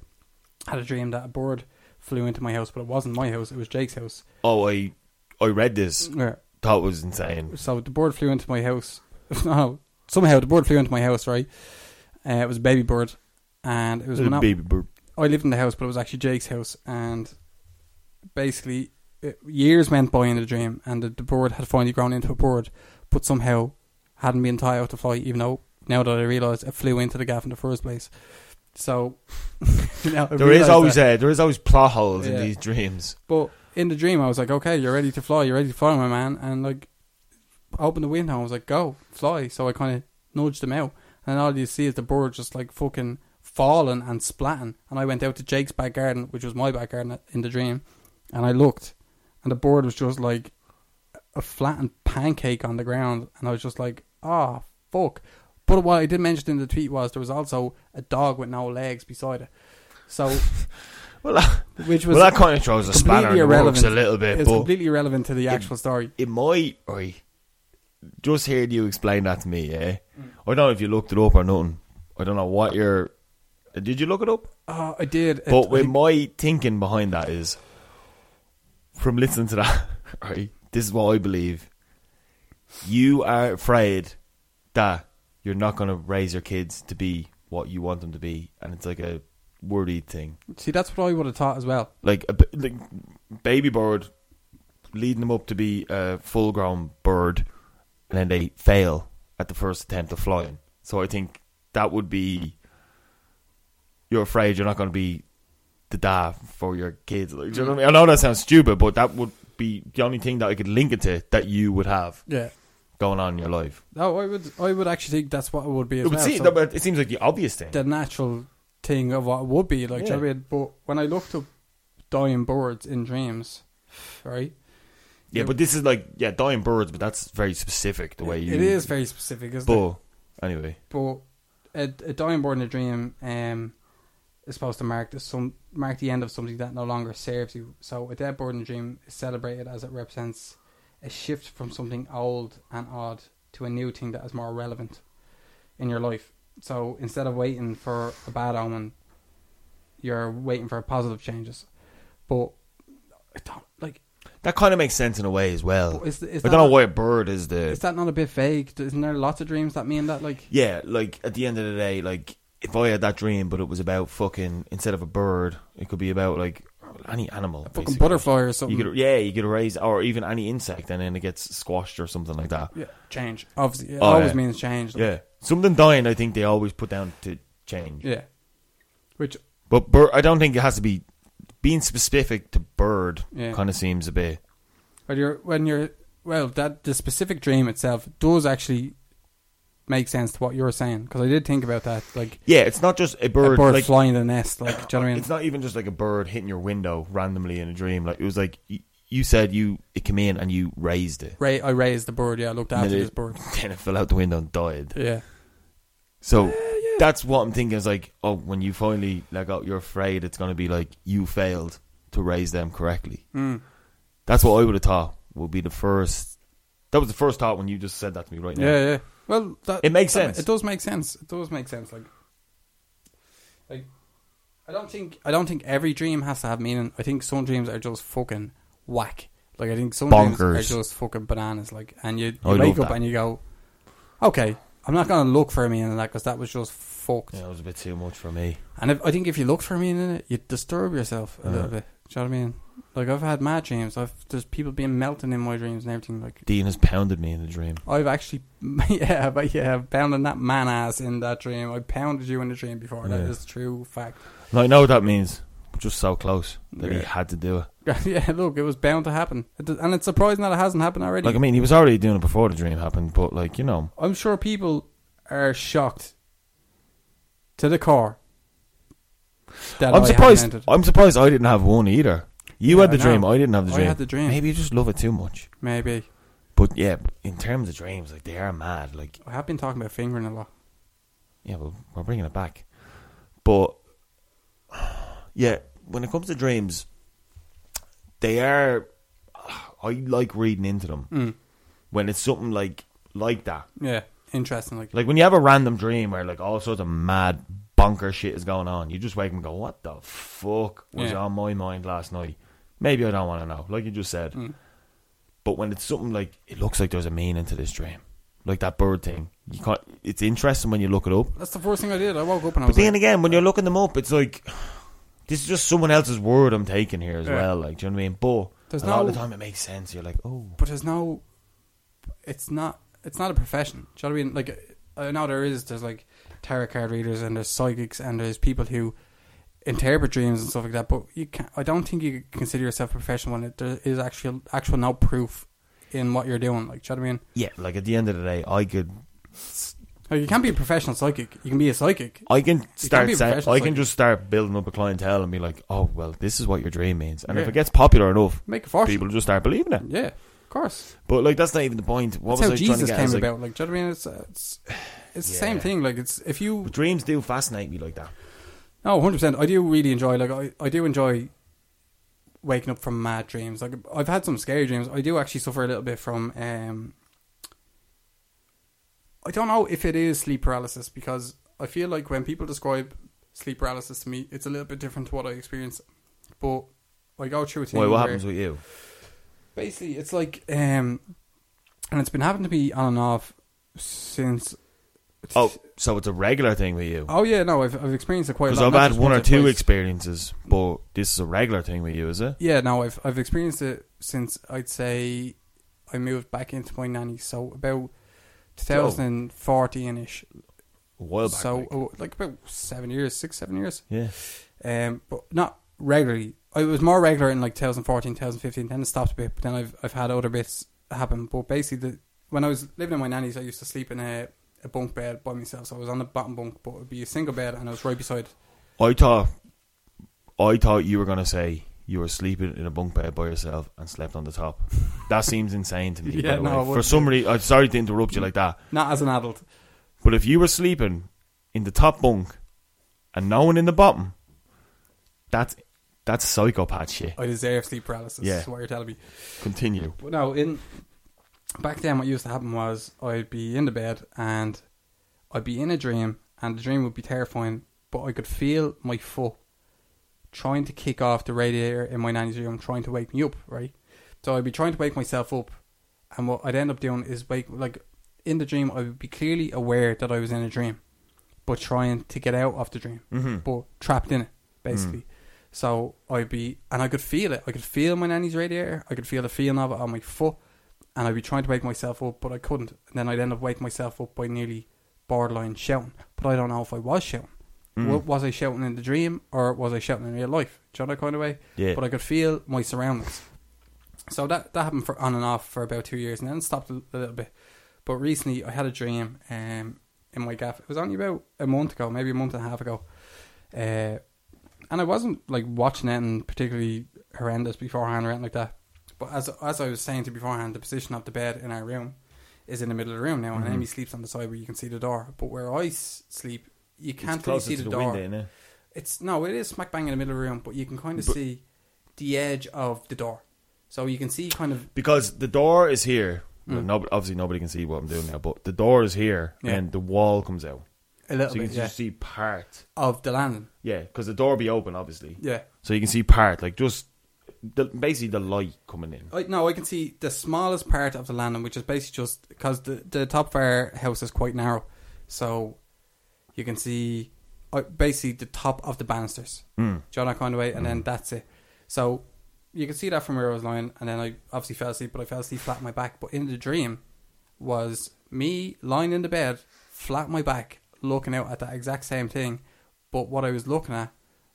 [SPEAKER 2] I had a dream that a bird flew into my house, but it wasn't my house. It was Jake's house.
[SPEAKER 3] Oh, I I read this.
[SPEAKER 2] Yeah.
[SPEAKER 3] Thought it was insane.
[SPEAKER 2] So the bird flew into my house. no, somehow the bird flew into my house. Right. Uh, it was a baby bird, and it was
[SPEAKER 3] Little
[SPEAKER 2] mono-
[SPEAKER 3] baby bird.
[SPEAKER 2] I lived in the house, but it was actually Jake's house, and basically it, years went by in the dream, and the, the bird had finally grown into a bird, but somehow hadn't been taught how to fly, even though now that I realise it flew into the gaff in the first place. So now I
[SPEAKER 3] There is
[SPEAKER 2] realise
[SPEAKER 3] always
[SPEAKER 2] that.
[SPEAKER 3] uh, there is always plot holes in
[SPEAKER 2] Yeah.
[SPEAKER 3] these dreams.
[SPEAKER 2] but in the dream, I was like, okay, you're ready to fly, you're ready to fly, my man, and like open the window, I was like, go fly. So I kind of nudged them out, and all you see is the bird just like fucking falling and splatting. And I went out to Jake's back garden, which was my back garden in the dream, and I looked, and the bird was just like a flattened pancake on the ground, and I was just like, ah, fuck. But what I did mention in the tweet was there was also a dog with no legs beside it. So,
[SPEAKER 3] Well, that,
[SPEAKER 2] which was
[SPEAKER 3] well, that kind of throws a spanner in
[SPEAKER 2] completely
[SPEAKER 3] the works
[SPEAKER 2] irrelevant.
[SPEAKER 3] a little bit.
[SPEAKER 2] It's
[SPEAKER 3] but
[SPEAKER 2] completely irrelevant to the actual story.
[SPEAKER 3] it might. I just heard you explain that to me. Yeah,
[SPEAKER 2] Mm.
[SPEAKER 3] I don't know if you looked it up or nothing. I don't know what your. Did you look it up?
[SPEAKER 2] Oh, I did. It-
[SPEAKER 3] But with
[SPEAKER 2] I-
[SPEAKER 3] my thinking behind that is, from listening to that, right? This is what I believe. You are afraid that you're not going to raise your kids to be what you want them to be, and it's like a worried thing,
[SPEAKER 2] see, that's what I would have thought as well.
[SPEAKER 3] like a b- like baby bird, leading them up to be a full-grown bird, and then they fail at the first attempt of flying. So I think that would be you're afraid you're not going to be the dad for your kids. Like, do you know what I mean? I know that sounds stupid, but that would be the only thing that I could link it to that you would have
[SPEAKER 2] Yeah.
[SPEAKER 3] going on in your life.
[SPEAKER 2] No, I would. I would actually think that's what it would be as
[SPEAKER 3] It, would
[SPEAKER 2] well.
[SPEAKER 3] seem,
[SPEAKER 2] So
[SPEAKER 3] that- but it seems like the obvious thing.
[SPEAKER 2] the natural thing of what it would be like. do you know
[SPEAKER 3] Yeah.
[SPEAKER 2] what I mean? But when I looked up dying birds in dreams, right?
[SPEAKER 3] yeah, but this is like, yeah, dying birds, but that's very specific the way you.
[SPEAKER 2] it is very specific, isn't it?
[SPEAKER 3] But anyway,
[SPEAKER 2] But a, a dying bird in a dream um, is supposed to mark the some mark the end of something that no longer serves you. So a dead bird in a dream is celebrated as it represents a shift from something old and odd to a new thing that is more relevant in your life. So instead of waiting for a bad omen, you're waiting for positive changes. But I don't like.
[SPEAKER 3] that kind of makes sense in a way as well.
[SPEAKER 2] But is- is
[SPEAKER 3] I
[SPEAKER 2] that
[SPEAKER 3] don't know
[SPEAKER 2] not-
[SPEAKER 3] why a bird is the.
[SPEAKER 2] Is that not a bit vague? Isn't there lots of dreams that mean that? Like,
[SPEAKER 3] yeah, like at the end of the day, like if I had that dream, but it was about fucking instead of a bird, it could be about like any animal,
[SPEAKER 2] fucking
[SPEAKER 3] basically.
[SPEAKER 2] butterfly or something.
[SPEAKER 3] You could, yeah, you could raise or even any insect, and then it gets squashed or something like that.
[SPEAKER 2] Yeah, change. Obviously, it
[SPEAKER 3] Oh,
[SPEAKER 2] always
[SPEAKER 3] yeah.
[SPEAKER 2] means change.
[SPEAKER 3] Yeah, something dying, I think they always put down to change.
[SPEAKER 2] yeah. Which
[SPEAKER 3] But bird, I don't think it has to be being specific to bird.
[SPEAKER 2] Yeah.
[SPEAKER 3] Kind of seems a bit.
[SPEAKER 2] when you're when you're well, that the specific dream itself does actually make sense to what you're saying because I did think about that, like
[SPEAKER 3] Yeah, it's not just a bird.
[SPEAKER 2] a bird
[SPEAKER 3] like,
[SPEAKER 2] flying the nest, like do you know what I mean?
[SPEAKER 3] It's not even just like a bird hitting your window randomly in a dream. Like it was like you, you said you it came in and you raised it.
[SPEAKER 2] Ra- I raised the bird. Yeah, I looked
[SPEAKER 3] And
[SPEAKER 2] after
[SPEAKER 3] then
[SPEAKER 2] this
[SPEAKER 3] it-
[SPEAKER 2] bird.
[SPEAKER 3] Then it fell out the window and died.
[SPEAKER 2] Yeah,
[SPEAKER 3] So that's what I'm thinking. Is like, oh, when you finally let go, you're afraid it's going to be like you failed to raise them correctly.
[SPEAKER 2] Hmm.
[SPEAKER 3] That's what I would have thought would be the first. That was the first thought when you just said that to me right now.
[SPEAKER 2] Yeah, yeah. Well, that,
[SPEAKER 3] It makes
[SPEAKER 2] that-
[SPEAKER 3] sense.
[SPEAKER 2] It does make sense. It does make sense. Like, like, I don't think I don't think every dream has to have meaning. I think some dreams are just fucking whack. Like, I think some dreams
[SPEAKER 3] Bonkers.
[SPEAKER 2] are just fucking bananas. Like, and you,
[SPEAKER 3] I
[SPEAKER 2] you wake
[SPEAKER 3] love
[SPEAKER 2] up
[SPEAKER 3] that.
[SPEAKER 2] and you go, okay, I'm not gonna look for a meaning in that because that was just fucked.
[SPEAKER 3] Yeah, it was a bit too much for me.
[SPEAKER 2] And if, I think if you look for meaning in it, you disturb yourself a
[SPEAKER 3] Yeah.
[SPEAKER 2] little bit. Do you know what I mean? Like I've had mad dreams. I've there's people being melting in my dreams and everything. Like
[SPEAKER 3] Dean has pounded me in the dream.
[SPEAKER 2] I've actually, yeah, but yeah, pounding that man ass in that dream. I pounded you in the dream before. That
[SPEAKER 3] Yeah.
[SPEAKER 2] is true fact.
[SPEAKER 3] And I know what that means. We're Just so close that he
[SPEAKER 2] Yeah.
[SPEAKER 3] had to do it.
[SPEAKER 2] yeah, look, it was bound to happen, it does, and it's surprising that it hasn't happened already.
[SPEAKER 3] Like, I mean, he was already doing it before the dream happened, but like, you know,
[SPEAKER 2] I'm sure people are shocked to the core. That
[SPEAKER 3] I'm
[SPEAKER 2] I
[SPEAKER 3] surprised.
[SPEAKER 2] haven't entered.
[SPEAKER 3] I'm surprised I didn't have one either. You
[SPEAKER 2] Yeah,
[SPEAKER 3] had the
[SPEAKER 2] I
[SPEAKER 3] dream.
[SPEAKER 2] know.
[SPEAKER 3] I didn't have the
[SPEAKER 2] I
[SPEAKER 3] dream.
[SPEAKER 2] had the dream.
[SPEAKER 3] Maybe you just love it too much.
[SPEAKER 2] Maybe
[SPEAKER 3] But yeah, in terms of dreams, like they are mad. Like
[SPEAKER 2] I have been talking about fingering a lot.
[SPEAKER 3] yeah, well, we're bringing it back. But yeah, when it comes to dreams, they are. I like reading into them
[SPEAKER 2] Mm.
[SPEAKER 3] when it's something like like that.
[SPEAKER 2] Yeah, interesting. Like,
[SPEAKER 3] Like when you have a random dream where like all sorts of mad bonker shit is going on, you just wake up and go, "What the fuck was
[SPEAKER 2] Yeah.
[SPEAKER 3] on my mind last night?" Maybe I don't want to know, like you just said.
[SPEAKER 2] Mm.
[SPEAKER 3] But when it's something like it looks like there's a meaning to this dream, like that bird thing, you can't. It's interesting when you look it up.
[SPEAKER 2] that's the first thing I did. I woke up and I
[SPEAKER 3] But
[SPEAKER 2] was
[SPEAKER 3] then
[SPEAKER 2] like,
[SPEAKER 3] again, when you're looking them up, it's like this is just someone else's word I'm taking here as
[SPEAKER 2] Yeah.
[SPEAKER 3] well. Like, do you know what I mean? But
[SPEAKER 2] There's
[SPEAKER 3] a lot
[SPEAKER 2] no-
[SPEAKER 3] of the time it makes sense. You're like, oh,
[SPEAKER 2] but there's no it's not it's not a profession do you know what I mean like I know there is there's like tarot card readers and there's psychics and there's people who interpret dreams and stuff like that but you can't I don't think you could consider yourself a professional when it, there is actual actual no proof in what you're doing like do you know what I mean
[SPEAKER 3] yeah. Like at the end of the day, I could
[SPEAKER 2] like you can't be a professional psychic you can be a psychic
[SPEAKER 3] I can start.
[SPEAKER 2] be a
[SPEAKER 3] sa-
[SPEAKER 2] professional
[SPEAKER 3] I can
[SPEAKER 2] psychic.
[SPEAKER 3] just start building up a clientele and be like, "Oh, well, this is what your dream means." And if
[SPEAKER 2] Yeah.
[SPEAKER 3] it gets popular enough,
[SPEAKER 2] make a fortune
[SPEAKER 3] people just start believing it.
[SPEAKER 2] yeah of course
[SPEAKER 3] But like, that's not even the point. What
[SPEAKER 2] that's how
[SPEAKER 3] was I trying
[SPEAKER 2] Jesus
[SPEAKER 3] to get?
[SPEAKER 2] came
[SPEAKER 3] It's like,
[SPEAKER 2] about like do you know what I mean it's uh, it's, it's the same
[SPEAKER 3] Yeah.
[SPEAKER 2] thing like it's if you
[SPEAKER 3] dreams do fascinate me like that.
[SPEAKER 2] No, Oh, hundred percent. I do really enjoy. Like I, I do enjoy waking up from mad dreams. Like I've had some scary dreams. I do actually suffer a little bit from. Um, I don't know if it is sleep paralysis because I feel like when people describe sleep paralysis to me, it's a little bit different to what I experience. But I go through a thing.
[SPEAKER 3] Why? What
[SPEAKER 2] where-
[SPEAKER 3] happens with you?
[SPEAKER 2] basically it's like um, and it's been happening to me on and off since.
[SPEAKER 3] Oh, so it's a regular thing with you.
[SPEAKER 2] Oh yeah, no, I've I've experienced it quite. a
[SPEAKER 3] Because
[SPEAKER 2] lot,
[SPEAKER 3] I've
[SPEAKER 2] not
[SPEAKER 3] had
[SPEAKER 2] just
[SPEAKER 3] one or
[SPEAKER 2] once
[SPEAKER 3] two
[SPEAKER 2] twice.
[SPEAKER 3] experiences, but this is a regular thing with you, is it?
[SPEAKER 2] Yeah, no, I've I've experienced it since I'd say I moved back into my nanny, so about 2014 ish.
[SPEAKER 3] A while back.
[SPEAKER 2] So
[SPEAKER 3] like.
[SPEAKER 2] oh, like about seven years, six seven years.
[SPEAKER 3] yeah,
[SPEAKER 2] Um, but not regularly. I was more regular in like 2014, 2015. Then it stopped a bit. But then I've I've had other bits happen. But basically, the, when I was living in my nanny's, I used to sleep in a, a bunk bed by myself. So I was on the bottom bunk, but it'd be a single bed, and I was right beside.
[SPEAKER 3] I thought, I thought you were gonna say you were sleeping in a bunk bed by yourself and slept on the top. That seems insane to me.
[SPEAKER 2] Yeah,
[SPEAKER 3] by the
[SPEAKER 2] no, it
[SPEAKER 3] way. for
[SPEAKER 2] wouldn't
[SPEAKER 3] some reason, I'm sorry to interrupt you like that,
[SPEAKER 2] Not as an adult.
[SPEAKER 3] but if you were sleeping in the top bunk and no one in the bottom, that's that's psychopath shit.
[SPEAKER 2] I deserve sleep paralysis.
[SPEAKER 3] Yeah.
[SPEAKER 2] Is what you're telling me.
[SPEAKER 3] Continue.
[SPEAKER 2] But no, in back then, what used to happen was I'd be in the bed and I'd be in a dream, and the dream would be terrifying, but I could feel my foot trying to kick off the radiator in my nanny's room, trying to wake me up. Right, so I'd be trying to wake myself up, and what I'd end up doing is wake like in the dream, I would be clearly aware that I was in a dream, but trying to get out of the dream,
[SPEAKER 3] Mm-hmm.
[SPEAKER 2] but trapped in it basically. So I'd be, and I could feel it. I could feel my nanny's radiator. I could feel the feeling of it on my foot, and I'd be trying to wake myself up, but I couldn't. And then I'd end up waking myself up by nearly borderline shouting, but I don't know if I was shouting. Wa- Was I shouting in the dream or was I shouting in real life? Do you know that kind of way?
[SPEAKER 3] Yeah.
[SPEAKER 2] But I could feel my surroundings. So that that happened for on and off for about two years, and then it stopped a, a little bit. But recently, I had a dream um, in my gaff. It was only about a month ago, maybe a month and a half ago, uh, and I wasn't like watching anything particularly horrendous beforehand or anything like that. But as as I was saying to you beforehand, the position of the bed in our
[SPEAKER 3] Mm-hmm.
[SPEAKER 2] room is in the middle of the room now, and Amy sleeps on the side where you can see the door. But where I s- sleep you can't really
[SPEAKER 3] closer
[SPEAKER 2] see
[SPEAKER 3] to
[SPEAKER 2] the,
[SPEAKER 3] the
[SPEAKER 2] door.
[SPEAKER 3] window, innit?
[SPEAKER 2] It's no, it is smack bang in the middle of the room, but you can kind of see the edge of the door, so you can see kind of
[SPEAKER 3] because the door is here. Well, no, obviously, nobody can see what I'm doing now, but the door is here,
[SPEAKER 2] Mm. Yeah.
[SPEAKER 3] and the wall comes out,
[SPEAKER 2] a little
[SPEAKER 3] so you
[SPEAKER 2] bit
[SPEAKER 3] can
[SPEAKER 2] yeah,
[SPEAKER 3] just see part.
[SPEAKER 2] of the landing.
[SPEAKER 3] Yeah, because the door be open, obviously.
[SPEAKER 2] Yeah,
[SPEAKER 3] So you can see part, like just the, basically the light coming in.
[SPEAKER 2] I, no, I can see the smallest part of the landing, which is basically just because the the top of our house is quite narrow, so you can see uh, basically the top of the banisters.
[SPEAKER 3] Mm.
[SPEAKER 2] John Conway, and then that's it. So you can see that from where I was lying, and then I obviously fell asleep, but I fell asleep flat on my back. But in the dream was me lying in the bed, flat on my back, looking out at that exact same thing. But what I was looking at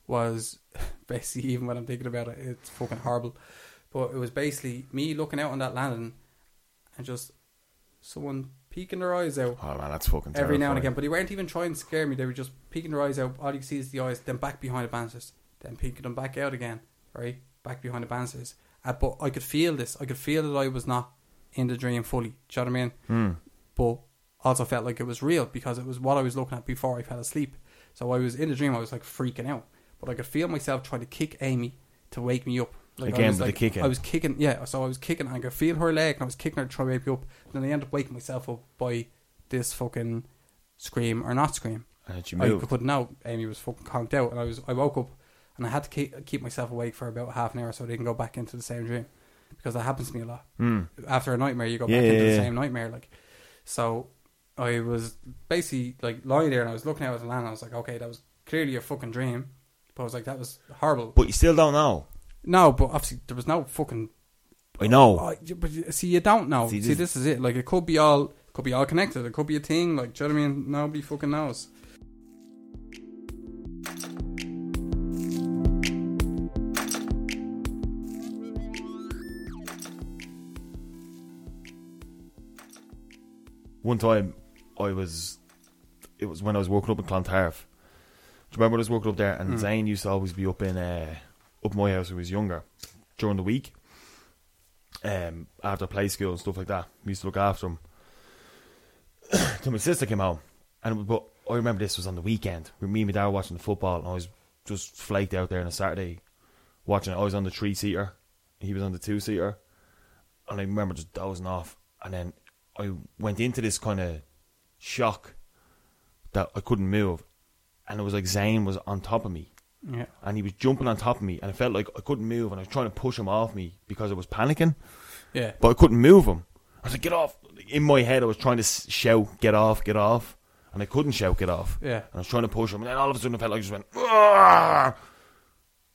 [SPEAKER 2] was basically, even when I'm thinking about it, it's fucking horrible. But it was basically me looking out on that landing and just someone peeking their eyes out
[SPEAKER 3] Oh man, that's fucking
[SPEAKER 2] every now and again.
[SPEAKER 3] terrifying.
[SPEAKER 2] But they weren't even trying to scare me. They were just peeking their eyes out. All you could see is the eyes, then back behind the banisters, then peeking them back out again, right? Back behind the banisters. Uh, but I could feel this. I could feel that I was not in the dream fully. Do you know what I mean?
[SPEAKER 3] Hmm.
[SPEAKER 2] But also felt like it was real because it was what I was looking at before I fell asleep. So I was in the dream. I was like freaking out, but I could feel myself trying to kick Amy to wake me up. Like
[SPEAKER 3] Again
[SPEAKER 2] I was
[SPEAKER 3] with the
[SPEAKER 2] like,
[SPEAKER 3] kicking.
[SPEAKER 2] I was kicking, yeah. So I was kicking, and I could feel her leg, and I was kicking her to try to wake me up. Then I ended up waking myself up by this fucking scream or not scream.
[SPEAKER 3] And then she
[SPEAKER 2] I
[SPEAKER 3] moved.
[SPEAKER 2] couldn't know. Amy was fucking conked out, and I was I woke up and I had to keep, keep myself awake for about half an hour so I didn't go back into the same dream because that happens to me a lot.
[SPEAKER 3] Mm.
[SPEAKER 2] After a nightmare, you go
[SPEAKER 3] Yeah,
[SPEAKER 2] back into
[SPEAKER 3] yeah,
[SPEAKER 2] the
[SPEAKER 3] yeah.
[SPEAKER 2] same nightmare. Like, so I was basically like lying there and I was looking out at the land. And I was like, okay, that was clearly a fucking dream, but I was like, that was horrible.
[SPEAKER 3] But you still don't know.
[SPEAKER 2] no, but obviously there was no fucking
[SPEAKER 3] I know.
[SPEAKER 2] Oh, you- but you- see, you don't know.
[SPEAKER 3] See,
[SPEAKER 2] See,
[SPEAKER 3] this-
[SPEAKER 2] this is it. Like, it could be all, could be all connected. It could be a thing. Like, do you know what I mean? Nobody fucking knows.
[SPEAKER 3] One time, I was. It was when I was working up in Clontarf. Do you remember when I was working up there? And Zane used to always be up in uh, up my house when he was younger during the week. Um, after play school and stuff like that, we used to look after him. Till my sister came home, and but I remember this was on the weekend. We- Me and my dad were watching the football, and I was just flaked out there on a Saturday watching. it. I was on the three seater, he was on the two seater, and I remember just dozing off. And then I went into this kind of shock that I couldn't move, and it was like Zane was on top of me,
[SPEAKER 2] Yeah.
[SPEAKER 3] and he was jumping on top of me, and I felt like I couldn't move, and I was trying to push him off me because I was panicking,
[SPEAKER 2] Yeah.
[SPEAKER 3] but I couldn't move him. I was like, "Get off!" In my head, I was trying to s- shout, "Get off! Get off!" and I couldn't shout, "Get off!"
[SPEAKER 2] Yeah.
[SPEAKER 3] and I was trying to push him, and then all of a sudden, I felt like I just went, "Argh!"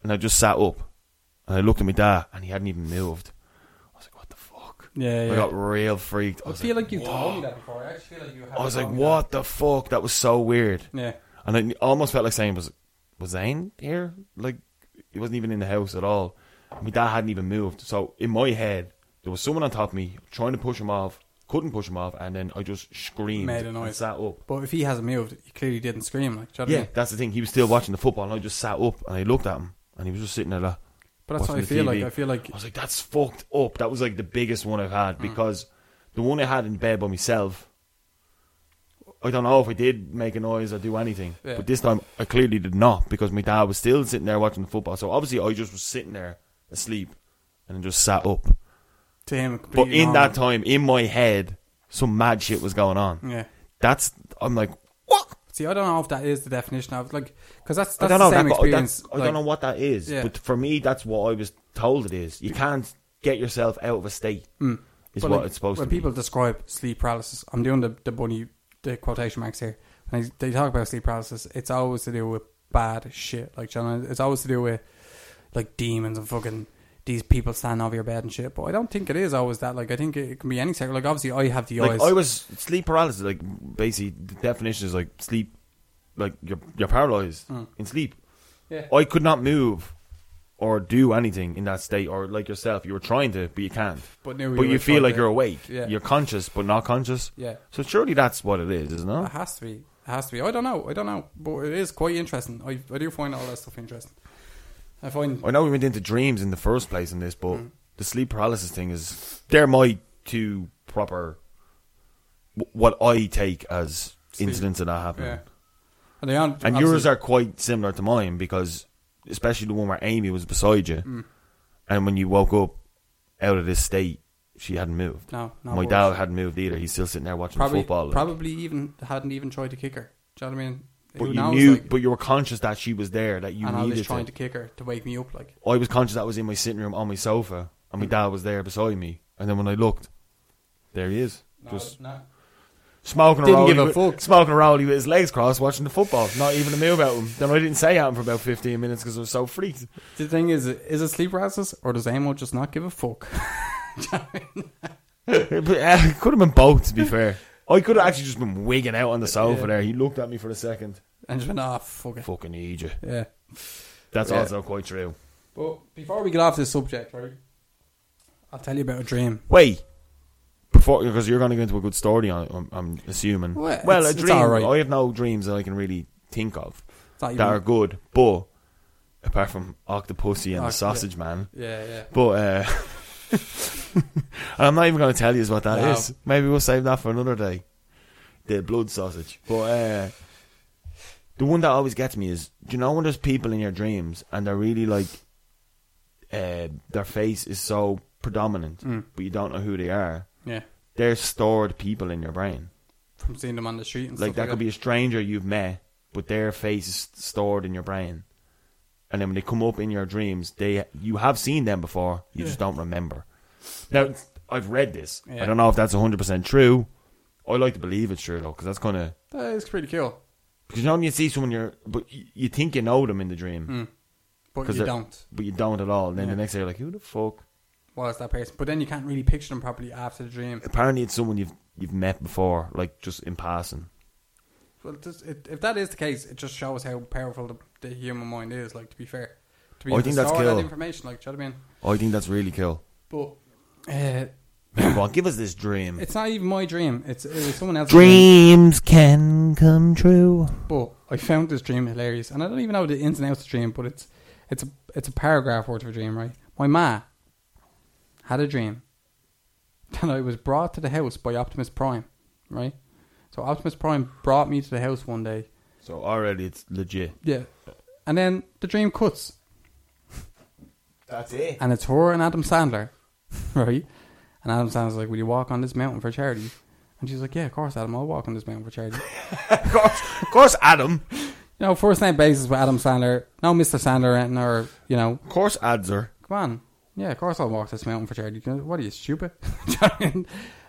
[SPEAKER 3] and I just sat up, and I looked at my dad, and he hadn't even moved. I was like, "What the fuck?"
[SPEAKER 2] Yeah,
[SPEAKER 3] I
[SPEAKER 2] yeah.
[SPEAKER 3] got real freaked. I,
[SPEAKER 2] I
[SPEAKER 3] was
[SPEAKER 2] feel
[SPEAKER 3] like,
[SPEAKER 2] like you
[SPEAKER 3] "Whoa."
[SPEAKER 2] told me that before. I actually feel like you had.
[SPEAKER 3] I was like,
[SPEAKER 2] told me
[SPEAKER 3] "What the fuck?" That was so weird.
[SPEAKER 2] that. Yeah.
[SPEAKER 3] And I almost felt like saying, "Was was Zane here?" Like he wasn't even in the house at all. My dad hadn't even moved. So in my head, there was someone on top of me trying to push him off. Couldn't push him off, and then I just screamed
[SPEAKER 2] Made a
[SPEAKER 3] and
[SPEAKER 2] noise.
[SPEAKER 3] sat up.
[SPEAKER 2] But if he hasn't moved, he clearly didn't scream. Like, do you know what I
[SPEAKER 3] Yeah,
[SPEAKER 2] mean?
[SPEAKER 3] that's the thing. He was still watching the football, and I just sat up and I looked at him, and he was just sitting there. Like,
[SPEAKER 2] But that's what I
[SPEAKER 3] watching the
[SPEAKER 2] feel like.
[SPEAKER 3] TV.
[SPEAKER 2] I feel like. Mm.
[SPEAKER 3] I was like, that's fucked up. That was like the biggest one I've had because the one I had in bed by myself, I don't know if I did make a noise or do anything.
[SPEAKER 2] Yeah.
[SPEAKER 3] But this time I clearly did not because my dad was still sitting there watching the football. So obviously I just was sitting there asleep and then just sat up.
[SPEAKER 2] To him,
[SPEAKER 3] But
[SPEAKER 2] completely
[SPEAKER 3] in
[SPEAKER 2] normal.
[SPEAKER 3] that time, in my head, some mad shit was going on.
[SPEAKER 2] Yeah.
[SPEAKER 3] That's, I'm like, what?
[SPEAKER 2] See, I don't know if that is the definition of like, because that's
[SPEAKER 3] I
[SPEAKER 2] that's the
[SPEAKER 3] don't know.
[SPEAKER 2] same
[SPEAKER 3] that-
[SPEAKER 2] experience.
[SPEAKER 3] that's- I don't know what that is,
[SPEAKER 2] Yeah.
[SPEAKER 3] but for me, that's what I was told it is. You can't get yourself out of a state. Is
[SPEAKER 2] Mm. But,
[SPEAKER 3] what
[SPEAKER 2] like,
[SPEAKER 3] it's supposed
[SPEAKER 2] when
[SPEAKER 3] to be.
[SPEAKER 2] people describe sleep paralysis, I'm doing the, the bunny the quotation marks here. When I, they talk about sleep paralysis, it's always to do with bad shit. Like, do you know, it's always to do with like demons and fucking these people standing over your bed and shit. But I don't think it is always that. Like, I think it, it can be any sector. Like, obviously, I have the
[SPEAKER 3] like
[SPEAKER 2] eyes.
[SPEAKER 3] I was sleep paralysis. Like basically, the definition is like sleep, like you're you're paralyzed
[SPEAKER 2] Mm.
[SPEAKER 3] in sleep.
[SPEAKER 2] Yeah.
[SPEAKER 3] I could not move or do anything in that state, or like yourself, you were trying to, but you can't.
[SPEAKER 2] But now you
[SPEAKER 3] but
[SPEAKER 2] were
[SPEAKER 3] you feel
[SPEAKER 2] trying
[SPEAKER 3] like
[SPEAKER 2] to-
[SPEAKER 3] you're awake.
[SPEAKER 2] Yeah.
[SPEAKER 3] You're conscious, but not conscious.
[SPEAKER 2] Yeah.
[SPEAKER 3] So surely that's what it is, isn't
[SPEAKER 2] It
[SPEAKER 3] it?
[SPEAKER 2] has to be. It has to be. I don't know. I don't know. But it is quite interesting. I, I do find all that stuff interesting. I find.
[SPEAKER 3] I know we went into dreams in the first place in this,
[SPEAKER 2] Mm.
[SPEAKER 3] but the sleep paralysis thing is they're my two proper wh- what I take as
[SPEAKER 2] Sleep.
[SPEAKER 3] incidents of that happening.
[SPEAKER 2] Yeah. And, they aren't-
[SPEAKER 3] And
[SPEAKER 2] obviously-
[SPEAKER 3] yours are quite similar to mine because, especially the one where Amy was beside you,
[SPEAKER 2] Mm.
[SPEAKER 3] and when you woke up out of this state, she hadn't moved.
[SPEAKER 2] No, no
[SPEAKER 3] My
[SPEAKER 2] worries.
[SPEAKER 3] dad hadn't moved either. He's still sitting there watching
[SPEAKER 2] probably
[SPEAKER 3] football. like.
[SPEAKER 2] probably even hadn't even tried to kick her. Do you know what I mean?
[SPEAKER 3] but
[SPEAKER 2] Who
[SPEAKER 3] you
[SPEAKER 2] knows,
[SPEAKER 3] knew,
[SPEAKER 2] like,
[SPEAKER 3] but you were conscious that she was there, that you
[SPEAKER 2] and I
[SPEAKER 3] needed
[SPEAKER 2] was trying to kick her to wake me up. Like
[SPEAKER 3] I was conscious that I was in my sitting room on my sofa, and my dad was there beside me. And then when I looked, there he is, just smoking a
[SPEAKER 2] Didn't
[SPEAKER 3] rollie
[SPEAKER 2] give a
[SPEAKER 3] with,
[SPEAKER 2] fuck.
[SPEAKER 3] smoking a rollie with his legs crossed, watching the football. Not even a move out him. Then I didn't say at him for about fifteen minutes because I was so freaked.
[SPEAKER 2] The thing is, is it sleep paralysis or does Amo just not give a fuck?
[SPEAKER 3] But, uh, it could have been both, to be fair. I could have actually just been wigging out on the sofa there. He looked at me for a second.
[SPEAKER 2] and just went, ah, fuck it.
[SPEAKER 3] Fucking need you.
[SPEAKER 2] Yeah.
[SPEAKER 3] That's
[SPEAKER 2] Yeah.
[SPEAKER 3] also quite true.
[SPEAKER 2] But before we get off this subject, right, I'll tell you about a dream.
[SPEAKER 3] Wait. Before, because you're going to go into a good story on it, I'm, I'm assuming.
[SPEAKER 2] Well,
[SPEAKER 3] well,
[SPEAKER 2] it's-
[SPEAKER 3] a
[SPEAKER 2] it's
[SPEAKER 3] dream.
[SPEAKER 2] alright.
[SPEAKER 3] I have no dreams that I can really think of
[SPEAKER 2] It's not
[SPEAKER 3] that
[SPEAKER 2] even-
[SPEAKER 3] are good, but apart from Octopussy
[SPEAKER 2] Oct-
[SPEAKER 3] and
[SPEAKER 2] yeah.
[SPEAKER 3] the Sausage Man.
[SPEAKER 2] yeah, yeah.
[SPEAKER 3] But, uh, and I'm not even going to tell you what that is.
[SPEAKER 2] No.
[SPEAKER 3] Maybe we'll save that for another day. The blood sausage. But, uh, the one that always gets me is do you know when there's people in your dreams and they're really like, uh, their face is so predominant, but you don't know who they are?
[SPEAKER 2] Yeah.
[SPEAKER 3] they're stored people in your brain.
[SPEAKER 2] From seeing them on the street and
[SPEAKER 3] Like
[SPEAKER 2] stuff
[SPEAKER 3] that could be a stranger you've met, but their face is stored in your brain. And then when they come up in your dreams, they you have seen them before, you just don't remember. Now I've read this.
[SPEAKER 2] Yeah.
[SPEAKER 3] I don't know if that's hundred percent true. I like to believe it's true though, because that's kind of
[SPEAKER 2] That is pretty cool.
[SPEAKER 3] because you know when you see someone you're but you, you think you know them in the dream,
[SPEAKER 2] But
[SPEAKER 3] 'Cause
[SPEAKER 2] Mm. you
[SPEAKER 3] it-
[SPEAKER 2] don't.
[SPEAKER 3] but you don't at all. And then
[SPEAKER 2] Yeah.
[SPEAKER 3] the next day you're like, who the fuck?
[SPEAKER 2] What is that person? But then you can't really picture them properly after the dream.
[SPEAKER 3] Apparently it's someone you've you've met before, like just in passing.
[SPEAKER 2] Well, this, it, if that is the case, it just shows how powerful the, the human mind is. Like to be fair, to be
[SPEAKER 3] I
[SPEAKER 2] able
[SPEAKER 3] think
[SPEAKER 2] to
[SPEAKER 3] that's
[SPEAKER 2] store
[SPEAKER 3] cool.
[SPEAKER 2] that information. Like, do you know what
[SPEAKER 3] I think that's really cool.
[SPEAKER 2] I mean? But uh,
[SPEAKER 3] Come on, give us this dream.
[SPEAKER 2] it's not even my dream. It's it was someone else's
[SPEAKER 3] Dreams can come true.
[SPEAKER 2] But I found this dream hilarious, and I don't even know the ins and outs of the dream, but it's it's a it's a paragraph worth of a dream, right? My ma had a dream that I was brought to the house by Optimus Prime, right? So Optimus Prime brought me to the house one day,
[SPEAKER 3] So already it's legit.
[SPEAKER 2] yeah, and then the dream cuts,
[SPEAKER 3] That's it.
[SPEAKER 2] and it's her and Adam Sandler, right? And Adam Sandler's like, "Will you walk on this mountain for charity?" And she's like, "Yeah, of course, Adam. I'll walk on this mountain for charity."
[SPEAKER 3] of course, of course, Adam.
[SPEAKER 2] you know, first name basis with Adam Sandler, no Mister Sandler, and or you know,
[SPEAKER 3] Of course, Adzer.
[SPEAKER 2] come on. Yeah, of course I'll walk this mountain for charity. You know, What are you, stupid? Do you know what I mean?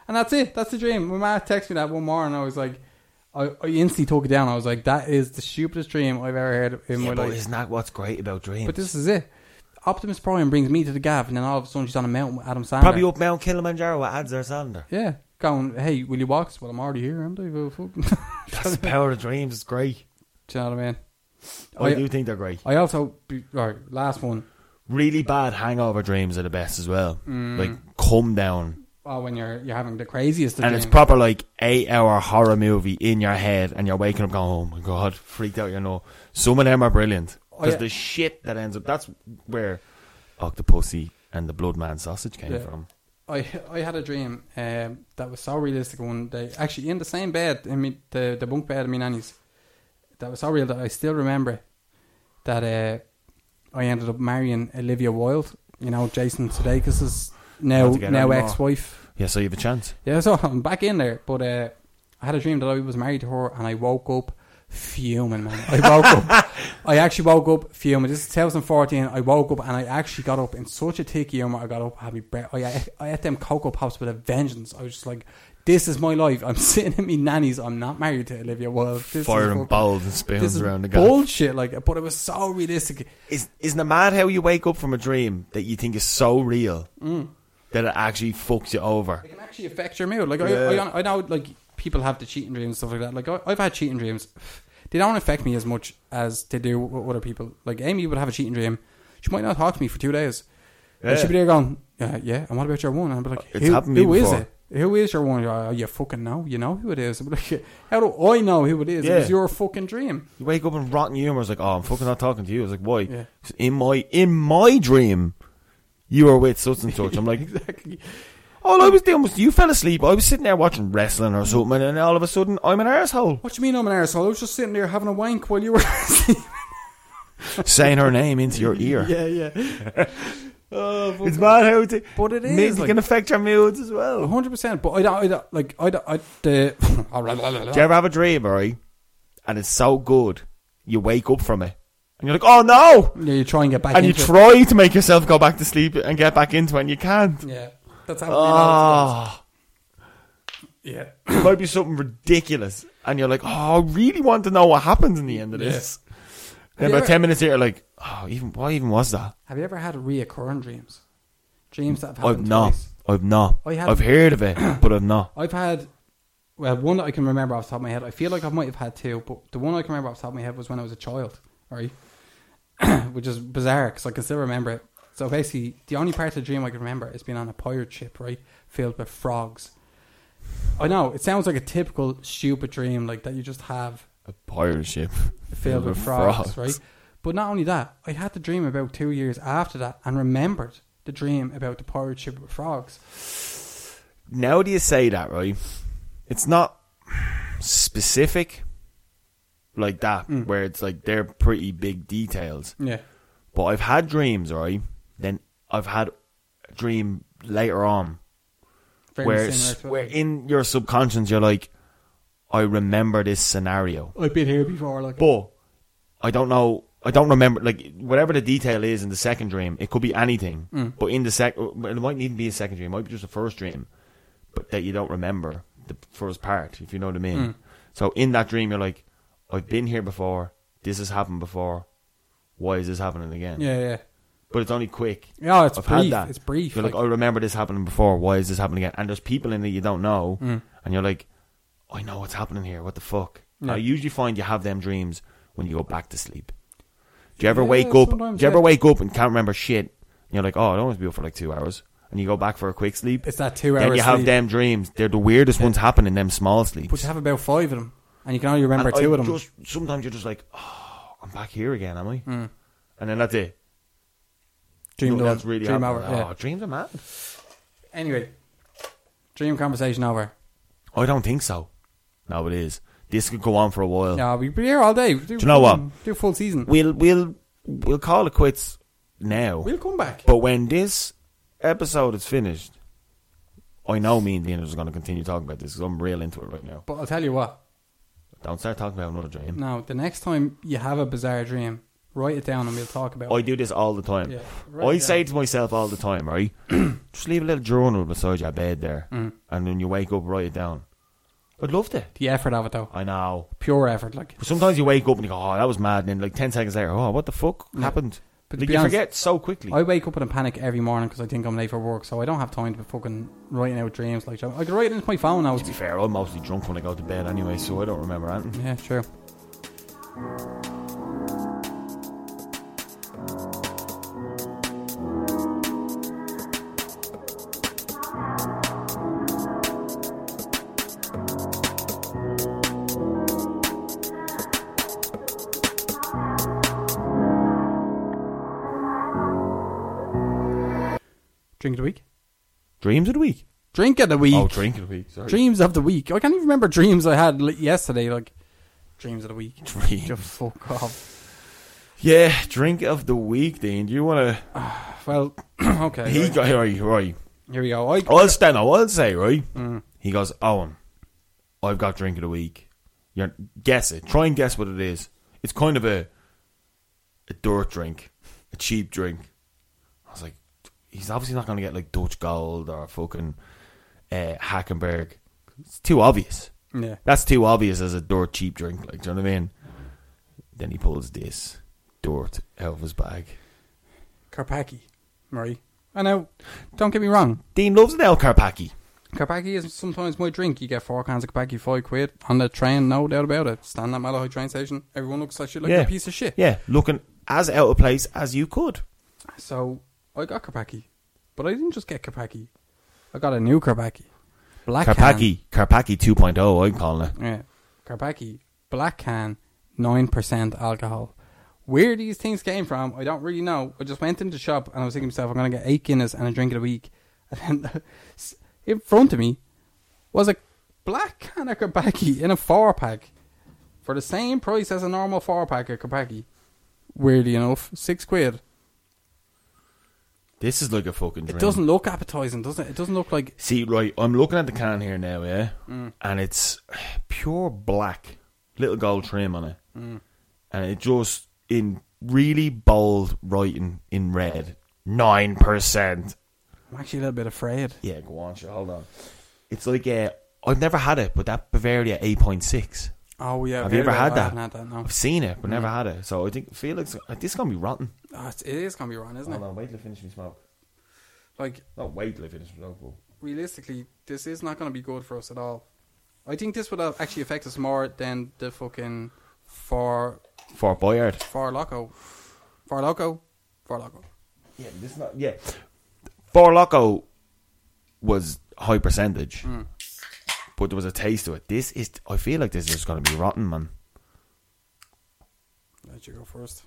[SPEAKER 2] and that's it. That's the dream. My mom texted me that one morning. I was like, I, I instantly took it down. I was like, that is the stupidest dream I've ever heard in my life.
[SPEAKER 3] that what's great about dreams?
[SPEAKER 2] But this is it. Optimus Prime brings me to the gaff, and then all of a sudden she's on a mountain with Adam Sandler.
[SPEAKER 3] probably up Mount Kilimanjaro with Adzer Sander.
[SPEAKER 2] Yeah, going, hey, will you walk? Well, I'm already here, am I? Well, fuck. Do
[SPEAKER 3] That's the power of dreams. It's great.
[SPEAKER 2] you know what I mean?
[SPEAKER 3] I,
[SPEAKER 2] I-
[SPEAKER 3] do think they're great.
[SPEAKER 2] I also, be, all right, last one.
[SPEAKER 3] Really bad hangover dreams are the best as well. Like come down,
[SPEAKER 2] Oh, when you're you're having the craziest of
[SPEAKER 3] and
[SPEAKER 2] dreams.
[SPEAKER 3] it's proper like eight hour horror movie in your head, and you're waking up going, "Oh my god, freaked out!" You know, some of them are brilliant because
[SPEAKER 2] Oh, yeah.
[SPEAKER 3] the shit that ends up. That's where Octopussy and the Blood Man sausage came
[SPEAKER 2] Yeah.
[SPEAKER 3] from.
[SPEAKER 2] I I had a dream um, that was so realistic one day. Actually, in the same bed, I mean the the bunk bed, I mean nanny's. That was so real that I still remember it, that uh, I ended up marrying Olivia Wilde. You know, Jason Sudeikis' now
[SPEAKER 3] Not together
[SPEAKER 2] now
[SPEAKER 3] anymore.
[SPEAKER 2] ex wife.
[SPEAKER 3] Yeah, so you have a chance.
[SPEAKER 2] Yeah, so I'm back in there, but uh, I had a dream that I was married to her, and I woke up fuming, man. I woke up. I actually woke up fuming. This is 2014. I woke up and I actually got up in such a tick humor. I got up, had me breath. I, ate- I ate them cocoa pops with a vengeance. I was just like, "This is my life. I'm sitting in me nannies. I'm not married to Olivia Wilde. This is
[SPEAKER 3] Firing
[SPEAKER 2] fuck-
[SPEAKER 3] balls and spoons
[SPEAKER 2] This is
[SPEAKER 3] around the guy.
[SPEAKER 2] bullshit." Like, but it was so realistic.
[SPEAKER 3] Is, isn't it mad how you wake up from a dream that you think is so real
[SPEAKER 2] Mm.
[SPEAKER 3] that it actually fucks you over?
[SPEAKER 2] It can actually affect your mood. Like I,
[SPEAKER 3] Yeah.
[SPEAKER 2] I, I know, like people have the cheating dreams and stuff like that. Like I, I've had cheating dreams. They don't affect me as much as they do with other people. Like Amy would have a cheating dream. She might not talk to me for two days. And
[SPEAKER 3] Yeah.
[SPEAKER 2] she'd be there going, yeah, yeah. And what about your one? And I'd be like,
[SPEAKER 3] It's
[SPEAKER 2] who,
[SPEAKER 3] happened to me
[SPEAKER 2] who is
[SPEAKER 3] before.
[SPEAKER 2] it? Who is your one? You're like, "Oh, you fucking know. You know who it is. I'm like, how do I know who it is? It
[SPEAKER 3] Yeah.
[SPEAKER 2] was your fucking dream.
[SPEAKER 3] You wake up in rotten humor. It's like, oh, I'm fucking not talking to you. It's like, why?
[SPEAKER 2] Yeah.
[SPEAKER 3] 'Cause In my in my dream, you were with such and such. I'm like,
[SPEAKER 2] Exactly.
[SPEAKER 3] All I was doing was you fell asleep. I was sitting there watching wrestling or something, and all of a sudden I'm an asshole
[SPEAKER 2] What do you mean I'm an arsehole? I was just sitting there having a wank while you were asleep.
[SPEAKER 3] saying her name into your ear.
[SPEAKER 2] yeah.
[SPEAKER 3] It's mad how it,
[SPEAKER 2] But it is,
[SPEAKER 3] music
[SPEAKER 2] like-
[SPEAKER 3] can affect your moods as well.
[SPEAKER 2] 100%. But I'd, I'd, like, I'd, I'd,
[SPEAKER 3] Do you
[SPEAKER 2] uh,
[SPEAKER 3] ever have a dream, right? And it's so good, you wake up from it, and you're like, "Oh no!"
[SPEAKER 2] yeah, you try and get back
[SPEAKER 3] And you
[SPEAKER 2] into it.
[SPEAKER 3] try to make yourself go back to sleep and get back into it, and you can't.
[SPEAKER 2] Yeah. That's how
[SPEAKER 3] Oh,
[SPEAKER 2] we know it's- Yeah.
[SPEAKER 3] it might be something ridiculous, and you're like, "Oh, I really want to know what happens in the end of this." Then
[SPEAKER 2] Have you
[SPEAKER 3] about
[SPEAKER 2] ever-
[SPEAKER 3] ten minutes later, you're like, "Oh, even what even was that?"
[SPEAKER 2] Have you ever had reoccurring dreams? Dreams that have happened
[SPEAKER 3] I've not.
[SPEAKER 2] twice?
[SPEAKER 3] I've not.
[SPEAKER 2] Oh, you haven't?
[SPEAKER 3] I've heard of it, but I've not.
[SPEAKER 2] I've had well one that I can remember off the top of my head. I feel like I might have had two, but the one I can remember off the top of my head was when I was a child, right? Which is bizarre because I can still remember it. So basically, the only part of the dream I can remember is being on a pirate ship, right, filled with frogs. I know it sounds like a typical stupid dream, like that you just have
[SPEAKER 3] A pirate ship
[SPEAKER 2] filled with frogs, right? But not only that, I had the dream about two years after that and remembered the dream about the pirate ship with frogs.
[SPEAKER 3] Now do you say that, right? It's not specific like that,
[SPEAKER 2] Mm.
[SPEAKER 3] where it's like they're pretty big details.
[SPEAKER 2] Yeah,
[SPEAKER 3] But I've had dreams, right? Then I've had a dream later on
[SPEAKER 2] very similar
[SPEAKER 3] where, s-
[SPEAKER 2] to it.
[SPEAKER 3] where in your subconscious you're like, I remember this scenario.
[SPEAKER 2] I've been here before, like
[SPEAKER 3] But I don't know. I don't remember. Like whatever the detail is in the second dream, it could be anything.
[SPEAKER 2] Mm.
[SPEAKER 3] But in the sec, well, it might even be a second dream. It might be just a first dream, but that you don't remember the first part, if you know what I mean.
[SPEAKER 2] Mm.
[SPEAKER 3] So in that dream, you're like, I've been here before. This has happened before. Why is this happening again?
[SPEAKER 2] yeah, yeah.
[SPEAKER 3] But it's only quick.
[SPEAKER 2] Yeah, it's
[SPEAKER 3] I've
[SPEAKER 2] brief.
[SPEAKER 3] had that.
[SPEAKER 2] It's brief.
[SPEAKER 3] You're like,
[SPEAKER 2] like-
[SPEAKER 3] I remember this happening before. Why is this happening again? And there's people in it you don't know,
[SPEAKER 2] Mm.
[SPEAKER 3] and you're like, I know what's happening here. What the fuck?
[SPEAKER 2] Yeah.
[SPEAKER 3] I usually find you have them dreams when you go back to sleep. Do you ever
[SPEAKER 2] Yeah,
[SPEAKER 3] wake up? Do
[SPEAKER 2] sometimes,
[SPEAKER 3] you ever
[SPEAKER 2] yeah.
[SPEAKER 3] wake up and can't remember shit? And you're like, oh, I always be up for like two hours, and you go back for a quick sleep.
[SPEAKER 2] It's that two
[SPEAKER 3] oh, Then
[SPEAKER 2] hours
[SPEAKER 3] you have
[SPEAKER 2] sleep.
[SPEAKER 3] them dreams. They're the weirdest ones happening. Them small sleeps.
[SPEAKER 2] but you have about five of them, and you can only remember
[SPEAKER 3] And
[SPEAKER 2] two
[SPEAKER 3] I
[SPEAKER 2] of them.
[SPEAKER 3] Just, sometimes you're just like, oh, I'm back here again, am I? And then that's it.
[SPEAKER 2] Mm. dream
[SPEAKER 3] Nothing
[SPEAKER 2] done.
[SPEAKER 3] else really
[SPEAKER 2] dream hour.
[SPEAKER 3] happened. Oh,
[SPEAKER 2] Yeah.
[SPEAKER 3] dreams are mad.
[SPEAKER 2] Anyway, dream conversation over.
[SPEAKER 3] I don't think so. No, it is. This could go on for a while.
[SPEAKER 2] Yeah, we'll be here all day. Do,
[SPEAKER 3] you know what?
[SPEAKER 2] Do full season. We,
[SPEAKER 3] We'll we'll we'll call it quits now.
[SPEAKER 2] will come back.
[SPEAKER 3] but when this episode is finished, I know me and Dean are going to continue talking about this because I'm real into it right now.
[SPEAKER 2] But I'll tell you what.
[SPEAKER 3] Don't start talking about another dream.
[SPEAKER 2] Now, the next time you have a bizarre dream, write it down and we'll talk about
[SPEAKER 3] I
[SPEAKER 2] it.
[SPEAKER 3] do this all the time.
[SPEAKER 2] Yeah,
[SPEAKER 3] I
[SPEAKER 2] right, yeah.
[SPEAKER 3] say to myself all the time, right? just leave a little journal beside your bed there,
[SPEAKER 2] Mm.
[SPEAKER 3] and when you wake up, write it down. I'd love to.
[SPEAKER 2] The effort of it, though.
[SPEAKER 3] I know.
[SPEAKER 2] Pure effort. Like,
[SPEAKER 3] But sometimes you wake up and you go, "Oh, that was mad," and then like ten seconds later, "Oh, what the fuck happened?"
[SPEAKER 2] But to
[SPEAKER 3] like,
[SPEAKER 2] be
[SPEAKER 3] you
[SPEAKER 2] honest,
[SPEAKER 3] forget so quickly.
[SPEAKER 2] I wake up in a panic every morning because I think I'm late for work, so I don't have time to be fucking writing out dreams. Like, I could write it into my phone now.
[SPEAKER 3] to be fair, I'm mostly drunk when I go to bed anyway, so I don't remember anything.
[SPEAKER 2] Yeah, sure. Drink of the week.
[SPEAKER 3] Dreams of the week.
[SPEAKER 2] Drink of the week.
[SPEAKER 3] Oh, drink of the week. Sorry.
[SPEAKER 2] Dreams of the week. I can't even remember dreams I had li- yesterday. Like dreams of the week.
[SPEAKER 3] Dreams.
[SPEAKER 2] Just fuck off.
[SPEAKER 3] Yeah, drink of the week, Dean. Do you want
[SPEAKER 2] Well,
[SPEAKER 3] to?
[SPEAKER 2] okay.
[SPEAKER 3] He
[SPEAKER 2] right.
[SPEAKER 3] got right, right.
[SPEAKER 2] Here we go. I,
[SPEAKER 3] I'll stand. up, I'll say right. He goes, Owen. I've got drink of the week. You're guess it. Try and guess what it is. It's kind of a a dirt drink, a cheap drink. I was like, he's obviously not going to get like Dutch Gold or fucking uh, Hackenberg. It's too obvious.
[SPEAKER 2] yeah.
[SPEAKER 3] That's too obvious as a dirt cheap drink. Like, do you know what I mean? Then he pulls this dirt out of his bag.
[SPEAKER 2] Karpaki, right? I know. Don't get me wrong.
[SPEAKER 3] Dean loves an El Carpaki.
[SPEAKER 2] Karpaki is sometimes my drink. You get four cans of Karpaki, five quid on the train. No doubt about it. Stand at Malahide train station. Everyone looks like shit, like
[SPEAKER 3] yeah,
[SPEAKER 2] a piece of shit.
[SPEAKER 3] Yeah, looking as out of place as you could.
[SPEAKER 2] So I got Karpaki, but I didn't just get Karpaki. I got a new Karpaki, black can.
[SPEAKER 3] Carpaki, Carpaki 2.0, oh, I'm calling it.
[SPEAKER 2] Yeah. Karpaki, Uh, black can, 9% alcohol. Where these things came from, I don't really know. I just went into the shop and I was thinking to myself, I'm going to get eight Guinness and a drink of the week. And then in front of me was a black can of Kabaki in a four pack for the same price as a normal four pack of Kabaki. Weirdly enough, six quid.
[SPEAKER 3] This is like a fucking dream.
[SPEAKER 2] It doesn't look appetizing, does it? It doesn't look like
[SPEAKER 3] See, right, I'm looking at the can here now, yeah?
[SPEAKER 2] Mm.
[SPEAKER 3] And it's pure black. Little gold trim on it.
[SPEAKER 2] Mm.
[SPEAKER 3] And it just, in really bold writing in red, 9%.
[SPEAKER 2] I'm actually a little bit afraid.
[SPEAKER 3] Yeah, go on, sure, hold on. It's like, uh, I've never had it, but that Bavaria 8.6.
[SPEAKER 2] Oh yeah,
[SPEAKER 3] Have you ever
[SPEAKER 2] very
[SPEAKER 3] had
[SPEAKER 2] well, I
[SPEAKER 3] that? Mm.
[SPEAKER 2] haven't had that. No,
[SPEAKER 3] I've seen it, but never had it. So I think, Felix, uh, this is going to be rotten.
[SPEAKER 2] oh, it's- it is gonna be wrong, isn't it?
[SPEAKER 3] Hold on, wait till I finish my smoke.
[SPEAKER 2] Like
[SPEAKER 3] Not wait till I finish my smoke, but
[SPEAKER 2] realistically, this is not gonna be good for us at all. I think this would have actually affect us more than the fucking far
[SPEAKER 3] Fort Boyard.
[SPEAKER 2] far loco, far loco, far loco.
[SPEAKER 3] Yeah, this is not. Yeah, Four Loco was high percentage, but there was a taste to it. This is. I feel like this is going to be rotten, man.
[SPEAKER 2] Let you go first.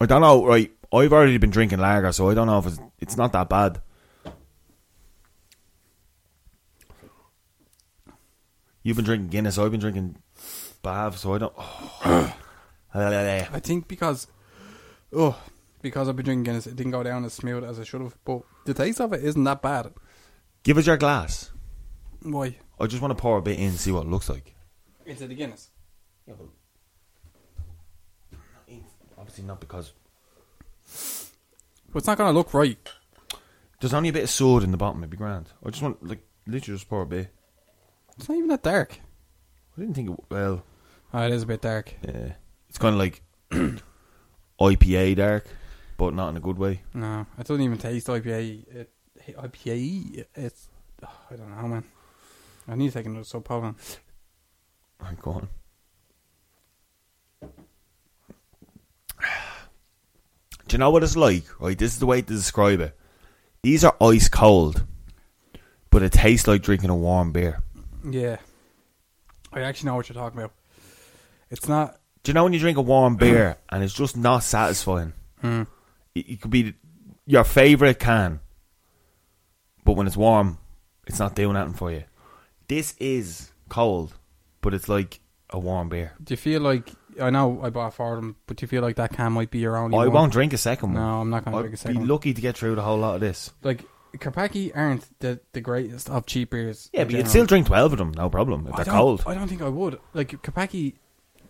[SPEAKER 3] I don't know. Right, I've already been drinking lager, so I don't know if it's, it's not that bad. You've been drinking Guinness. I've been drinking Bav, so I don't.
[SPEAKER 2] I think because, oh, because I've been drinking Guinness, it didn't go down as smooth as it should have. But the taste of it isn't that bad.
[SPEAKER 3] Give us your glass.
[SPEAKER 2] Why?
[SPEAKER 3] I just want to pour a bit in and see what it looks like.
[SPEAKER 2] Into the Guinness.
[SPEAKER 3] Yeah, but obviously not because
[SPEAKER 2] But it's not gonna look right.
[SPEAKER 3] there's only a bit of sword in the bottom. It'd be grand. I just want like literally just pour a bit.
[SPEAKER 2] It's not even that dark.
[SPEAKER 3] I didn't think it. Well,
[SPEAKER 2] Oh, it is a bit dark.
[SPEAKER 3] yeah, it's kind of like IPA dark, but not in a good way.
[SPEAKER 2] No, it doesn't even taste IPA. It, IPA. It's oh, I don't know, man. I need to take another sub problem.
[SPEAKER 3] I'm going. Do you know what it's like? Right, this is the way to describe it. These are ice cold, but it tastes like drinking a warm beer.
[SPEAKER 2] Yeah, I actually know what you're talking about. It's not.
[SPEAKER 3] Do you know when you drink a warm beer and it's just not satisfying?
[SPEAKER 2] Mm.
[SPEAKER 3] It, it could be your favorite can, but when it's warm, it's not doing nothing for you. This is cold, but it's like a warm beer.
[SPEAKER 2] Do you feel like I know I bought for them, but do you feel like that can might be your only?
[SPEAKER 3] I
[SPEAKER 2] one?
[SPEAKER 3] won't drink a second one.
[SPEAKER 2] No, I'm not gonna
[SPEAKER 3] I'd
[SPEAKER 2] drink a second
[SPEAKER 3] Be
[SPEAKER 2] one.
[SPEAKER 3] lucky to get through the whole lot of this.
[SPEAKER 2] Like Karpaki aren't the the greatest of cheap beers.
[SPEAKER 3] Yeah,
[SPEAKER 2] in
[SPEAKER 3] but you'd
[SPEAKER 2] general.
[SPEAKER 3] still drink twelve of them, no problem. If
[SPEAKER 2] I
[SPEAKER 3] they're
[SPEAKER 2] don't-
[SPEAKER 3] cold.
[SPEAKER 2] I don't think I would. Like Kapaki,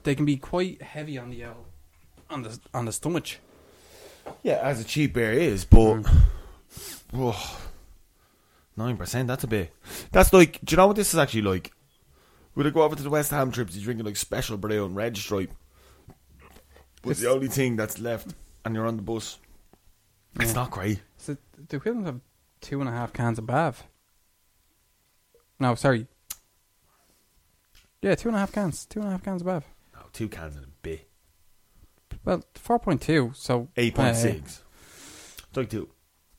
[SPEAKER 2] they can be quite heavy on the L, on the on the stomach.
[SPEAKER 3] Yeah, as a cheap beer is, but oh, nine percent. That's a bit. That's like. Do you know what this is actually like? Would I go over to the West Ham trips? You're drinking like special brew and red stripe. But it's the only thing that's left, and you're on the bus. It's not great.
[SPEAKER 2] So the equivalent of two and a half cans of Bav. No, sorry. Yeah, two and a half cans. Two and a half cans of Bav.
[SPEAKER 3] No, two cans and a bit.
[SPEAKER 2] Well, four point two. So
[SPEAKER 3] Eight point
[SPEAKER 2] uh,
[SPEAKER 3] six. It's like two.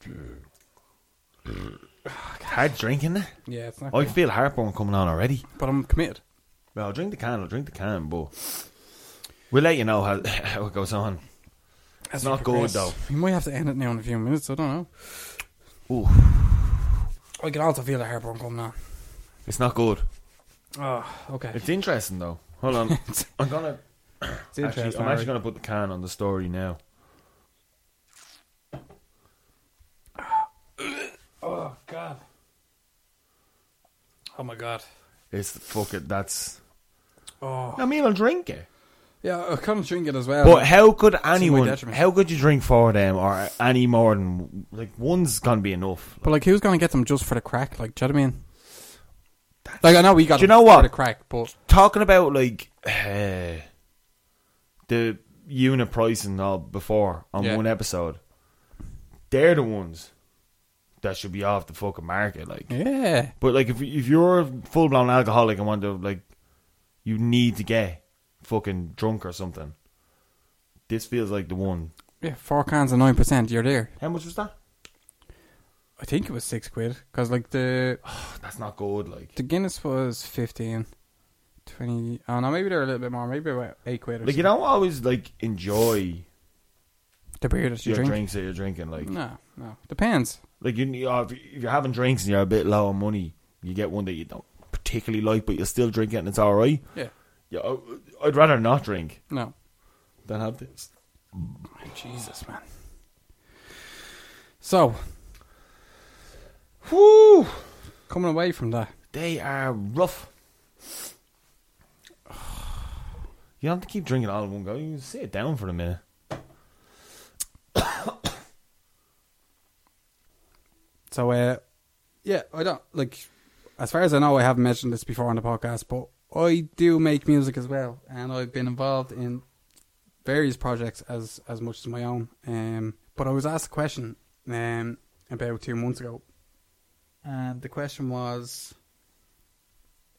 [SPEAKER 3] Hard drinking that.
[SPEAKER 2] yeah, it's not.
[SPEAKER 3] I
[SPEAKER 2] Good,
[SPEAKER 3] feel heartburn coming on already.
[SPEAKER 2] but I'm committed.
[SPEAKER 3] Well, I'll drink the can. I'll drink the can, but we'll let you know how, how it goes on.
[SPEAKER 2] As
[SPEAKER 3] not
[SPEAKER 2] we
[SPEAKER 3] good,
[SPEAKER 2] progress.
[SPEAKER 3] though.
[SPEAKER 2] We might have to end it now in a few minutes. I don't know.
[SPEAKER 3] Ooh,
[SPEAKER 2] I can also feel the heartburn coming on.
[SPEAKER 3] it's not good.
[SPEAKER 2] Oh, okay.
[SPEAKER 3] It's interesting though. Hold on, I'm gonna.
[SPEAKER 2] It's
[SPEAKER 3] Actually,
[SPEAKER 2] interesting.
[SPEAKER 3] I'm
[SPEAKER 2] Harry.
[SPEAKER 3] actually gonna put the can on the story now.
[SPEAKER 2] Oh God. Oh my God.
[SPEAKER 3] It's fuck it. That's.
[SPEAKER 2] Oh.
[SPEAKER 3] I mean, I'll drink it.
[SPEAKER 2] Yeah, I couldn't drink it as well.
[SPEAKER 3] But how could
[SPEAKER 2] Oh. my
[SPEAKER 3] anyone?
[SPEAKER 2] detriment.
[SPEAKER 3] How could you drink four of them or any more than like one's gonna be enough?
[SPEAKER 2] But like, who's gonna get them just for the crack? Like, do you know what I mean? Like, I know we got.
[SPEAKER 3] Do you
[SPEAKER 2] them
[SPEAKER 3] know what?
[SPEAKER 2] For the crack, but
[SPEAKER 3] Talking about like uh, the unit pricing all before on
[SPEAKER 2] Yeah.
[SPEAKER 3] one episode, they're the ones that should be off the fucking market. Like,
[SPEAKER 2] yeah,
[SPEAKER 3] But like, if if you're a full blown alcoholic and want to like, you need to get fucking drunk or something. This feels like the one.
[SPEAKER 2] yeah, four cans of nine percent, you're there.
[SPEAKER 3] How much was that?
[SPEAKER 2] I think it was six quid because like the
[SPEAKER 3] That's not good. Like,
[SPEAKER 2] the Guinness was 15, 20... Oh no, maybe they're a little bit more. Maybe about eight quid. Or
[SPEAKER 3] like you
[SPEAKER 2] something.
[SPEAKER 3] don't always like enjoy
[SPEAKER 2] The beer that you
[SPEAKER 4] your
[SPEAKER 2] drink.
[SPEAKER 4] drinks that you're drinking. Like,
[SPEAKER 2] No, no. Depends.
[SPEAKER 4] like you, you know, if you- if you're having drinks and you're a bit low on money, you get one that you don't particularly like, but you still drink it and it's all right.
[SPEAKER 2] Yeah.
[SPEAKER 4] Yeah, I- I'd rather not drink
[SPEAKER 2] No.
[SPEAKER 4] than have this.
[SPEAKER 2] Jesus, man. So,
[SPEAKER 4] Whoo!
[SPEAKER 2] coming away from that,
[SPEAKER 4] They are rough. You don't have to keep drinking all in one go. You can sit down for a minute.
[SPEAKER 2] so uh, yeah, I don't like. As far as I know, I haven't mentioned this before on the podcast, but I do make music as well, and I've been involved in various projects as as much as my own. Um, but I was asked a question um about two months ago, and the question was,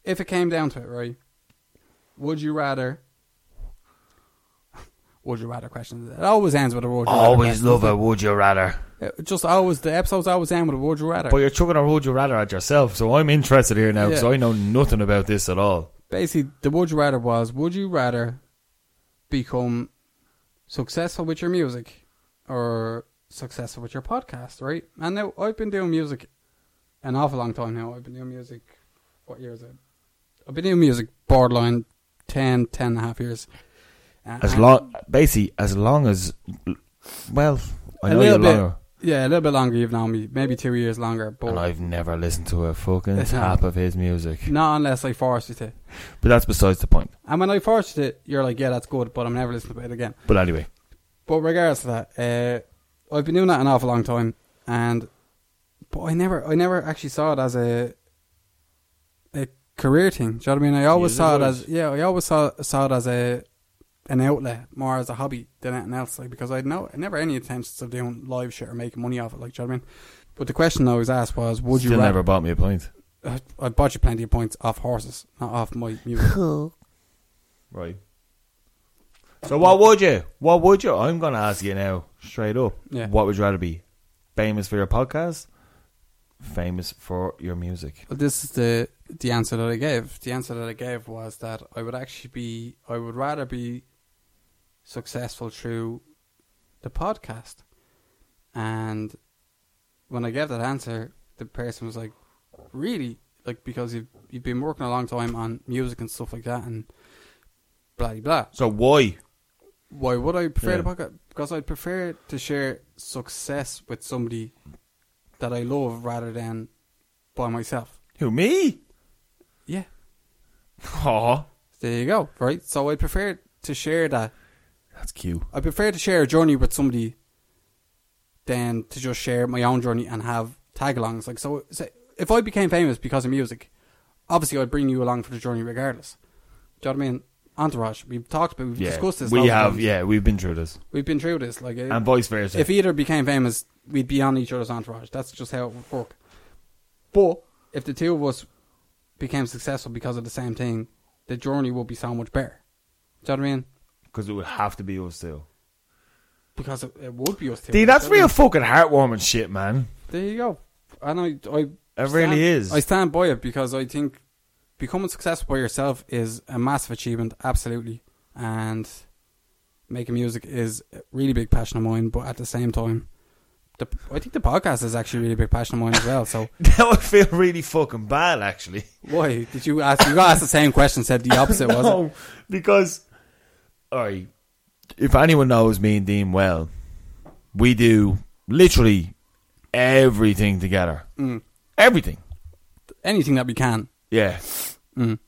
[SPEAKER 2] if it came down to it, right, would you rather? Would you rather question? It always ends with a would you rather question, doesn't it?
[SPEAKER 3] would you rather.
[SPEAKER 2] It just always the episodes always end with a would you rather.
[SPEAKER 3] But you're chugging a would you rather at yourself, so I'm interested here now because
[SPEAKER 2] Yeah.
[SPEAKER 3] I know nothing about this at all.
[SPEAKER 2] Basically, the would you rather was would you rather become successful with your music or successful with your podcast, right? And now I've been doing music an awful long time now. I've been doing music. What year is it? I've been doing music borderline 10, 10 and a half years. Uh,
[SPEAKER 3] As
[SPEAKER 2] and-
[SPEAKER 3] long, basically, as long as, well, I
[SPEAKER 2] A
[SPEAKER 3] know you're
[SPEAKER 2] little bit.
[SPEAKER 3] longer,
[SPEAKER 2] yeah, a little bit longer. You've known me, maybe two years longer,
[SPEAKER 3] and
[SPEAKER 2] but
[SPEAKER 3] I've never listened to a fucking
[SPEAKER 2] It's
[SPEAKER 3] tap
[SPEAKER 2] not-
[SPEAKER 3] of his music.
[SPEAKER 2] not unless I forced you to.
[SPEAKER 3] But that's besides the point.
[SPEAKER 2] And when I forced it, you're like, yeah, that's good, but I'm never listening to it again.
[SPEAKER 3] But anyway,
[SPEAKER 2] But regardless to that, uh, I've been doing that an awful long time, and but I never, I never actually saw it as a a career thing. Do you know what I mean? I always
[SPEAKER 4] Yes, it
[SPEAKER 2] saw it
[SPEAKER 4] was.
[SPEAKER 2] as yeah, I always saw saw it as a an outlet more as a hobby than anything else. Like because I had no, I never had any intentions of doing live shit or making money off it. Like do you know what I mean? But the question I was asked was, would
[SPEAKER 3] still
[SPEAKER 2] you rather?
[SPEAKER 3] never bought me a pint.
[SPEAKER 2] I, I bought you plenty of points off horses, not off my music.
[SPEAKER 4] Right.
[SPEAKER 3] So what would you? What would you? I'm going to ask you now, straight up.
[SPEAKER 2] Yeah.
[SPEAKER 3] What would you rather be? Famous for your podcast? Famous for your music?
[SPEAKER 2] Well, this is the the answer that I gave. The answer that I gave was that I would actually be, I would rather be successful through the podcast. And when I gave that answer, the person was like, "Really? Like because you've you've been working a long time on music and stuff like that, and blah de blah."
[SPEAKER 4] So why?
[SPEAKER 2] Why would I prefer
[SPEAKER 4] Yeah.
[SPEAKER 2] the podcast? Because I prefer to share success with somebody that I love rather than by myself.
[SPEAKER 4] Who me?
[SPEAKER 2] Yeah.
[SPEAKER 4] Aw.
[SPEAKER 2] There you go. Right. So I prefer to share that.
[SPEAKER 3] That's cute.
[SPEAKER 2] I prefer to share a journey with somebody than to just share my own journey and have tag-alongs. Like so, say, if I became famous because of music, obviously I'd bring you along for the journey regardless. Do you know what I mean? Entourage. We've talked about. We've
[SPEAKER 3] Yeah,
[SPEAKER 2] discussed this.
[SPEAKER 3] we
[SPEAKER 2] loads of
[SPEAKER 3] have.
[SPEAKER 2] times.
[SPEAKER 3] Yeah, we've been through this,
[SPEAKER 2] We've been through this. Like,
[SPEAKER 4] And
[SPEAKER 2] uh
[SPEAKER 4] vice versa.
[SPEAKER 2] if either became famous, we'd be on each other's entourage. That's just how it would work. But if the two of us became successful because of the same thing, the journey would be so much better. Do you know what I mean?
[SPEAKER 4] Because it would have to be us two.
[SPEAKER 2] Because it, it would be us two.
[SPEAKER 3] dude. That's
[SPEAKER 2] There you
[SPEAKER 3] real fucking heartwarming shit, man.
[SPEAKER 2] go. There you go. And I, I
[SPEAKER 4] It
[SPEAKER 2] stand-
[SPEAKER 4] really is.
[SPEAKER 2] I stand by it because I think becoming successful by yourself is a massive achievement, absolutely. And making music is a really big passion of mine. But at the same time, the, I think the podcast is actually a really big passion of mine as well. So
[SPEAKER 3] now I feel really fucking bad, actually.
[SPEAKER 2] why did you ask? You got asked the same question, said the opposite, was it?
[SPEAKER 3] No, because all right, if anyone knows me and Dean well, we do literally everything together.
[SPEAKER 2] Mm.
[SPEAKER 3] Everything.
[SPEAKER 2] Anything that we can.
[SPEAKER 3] Yeah.
[SPEAKER 2] Mm.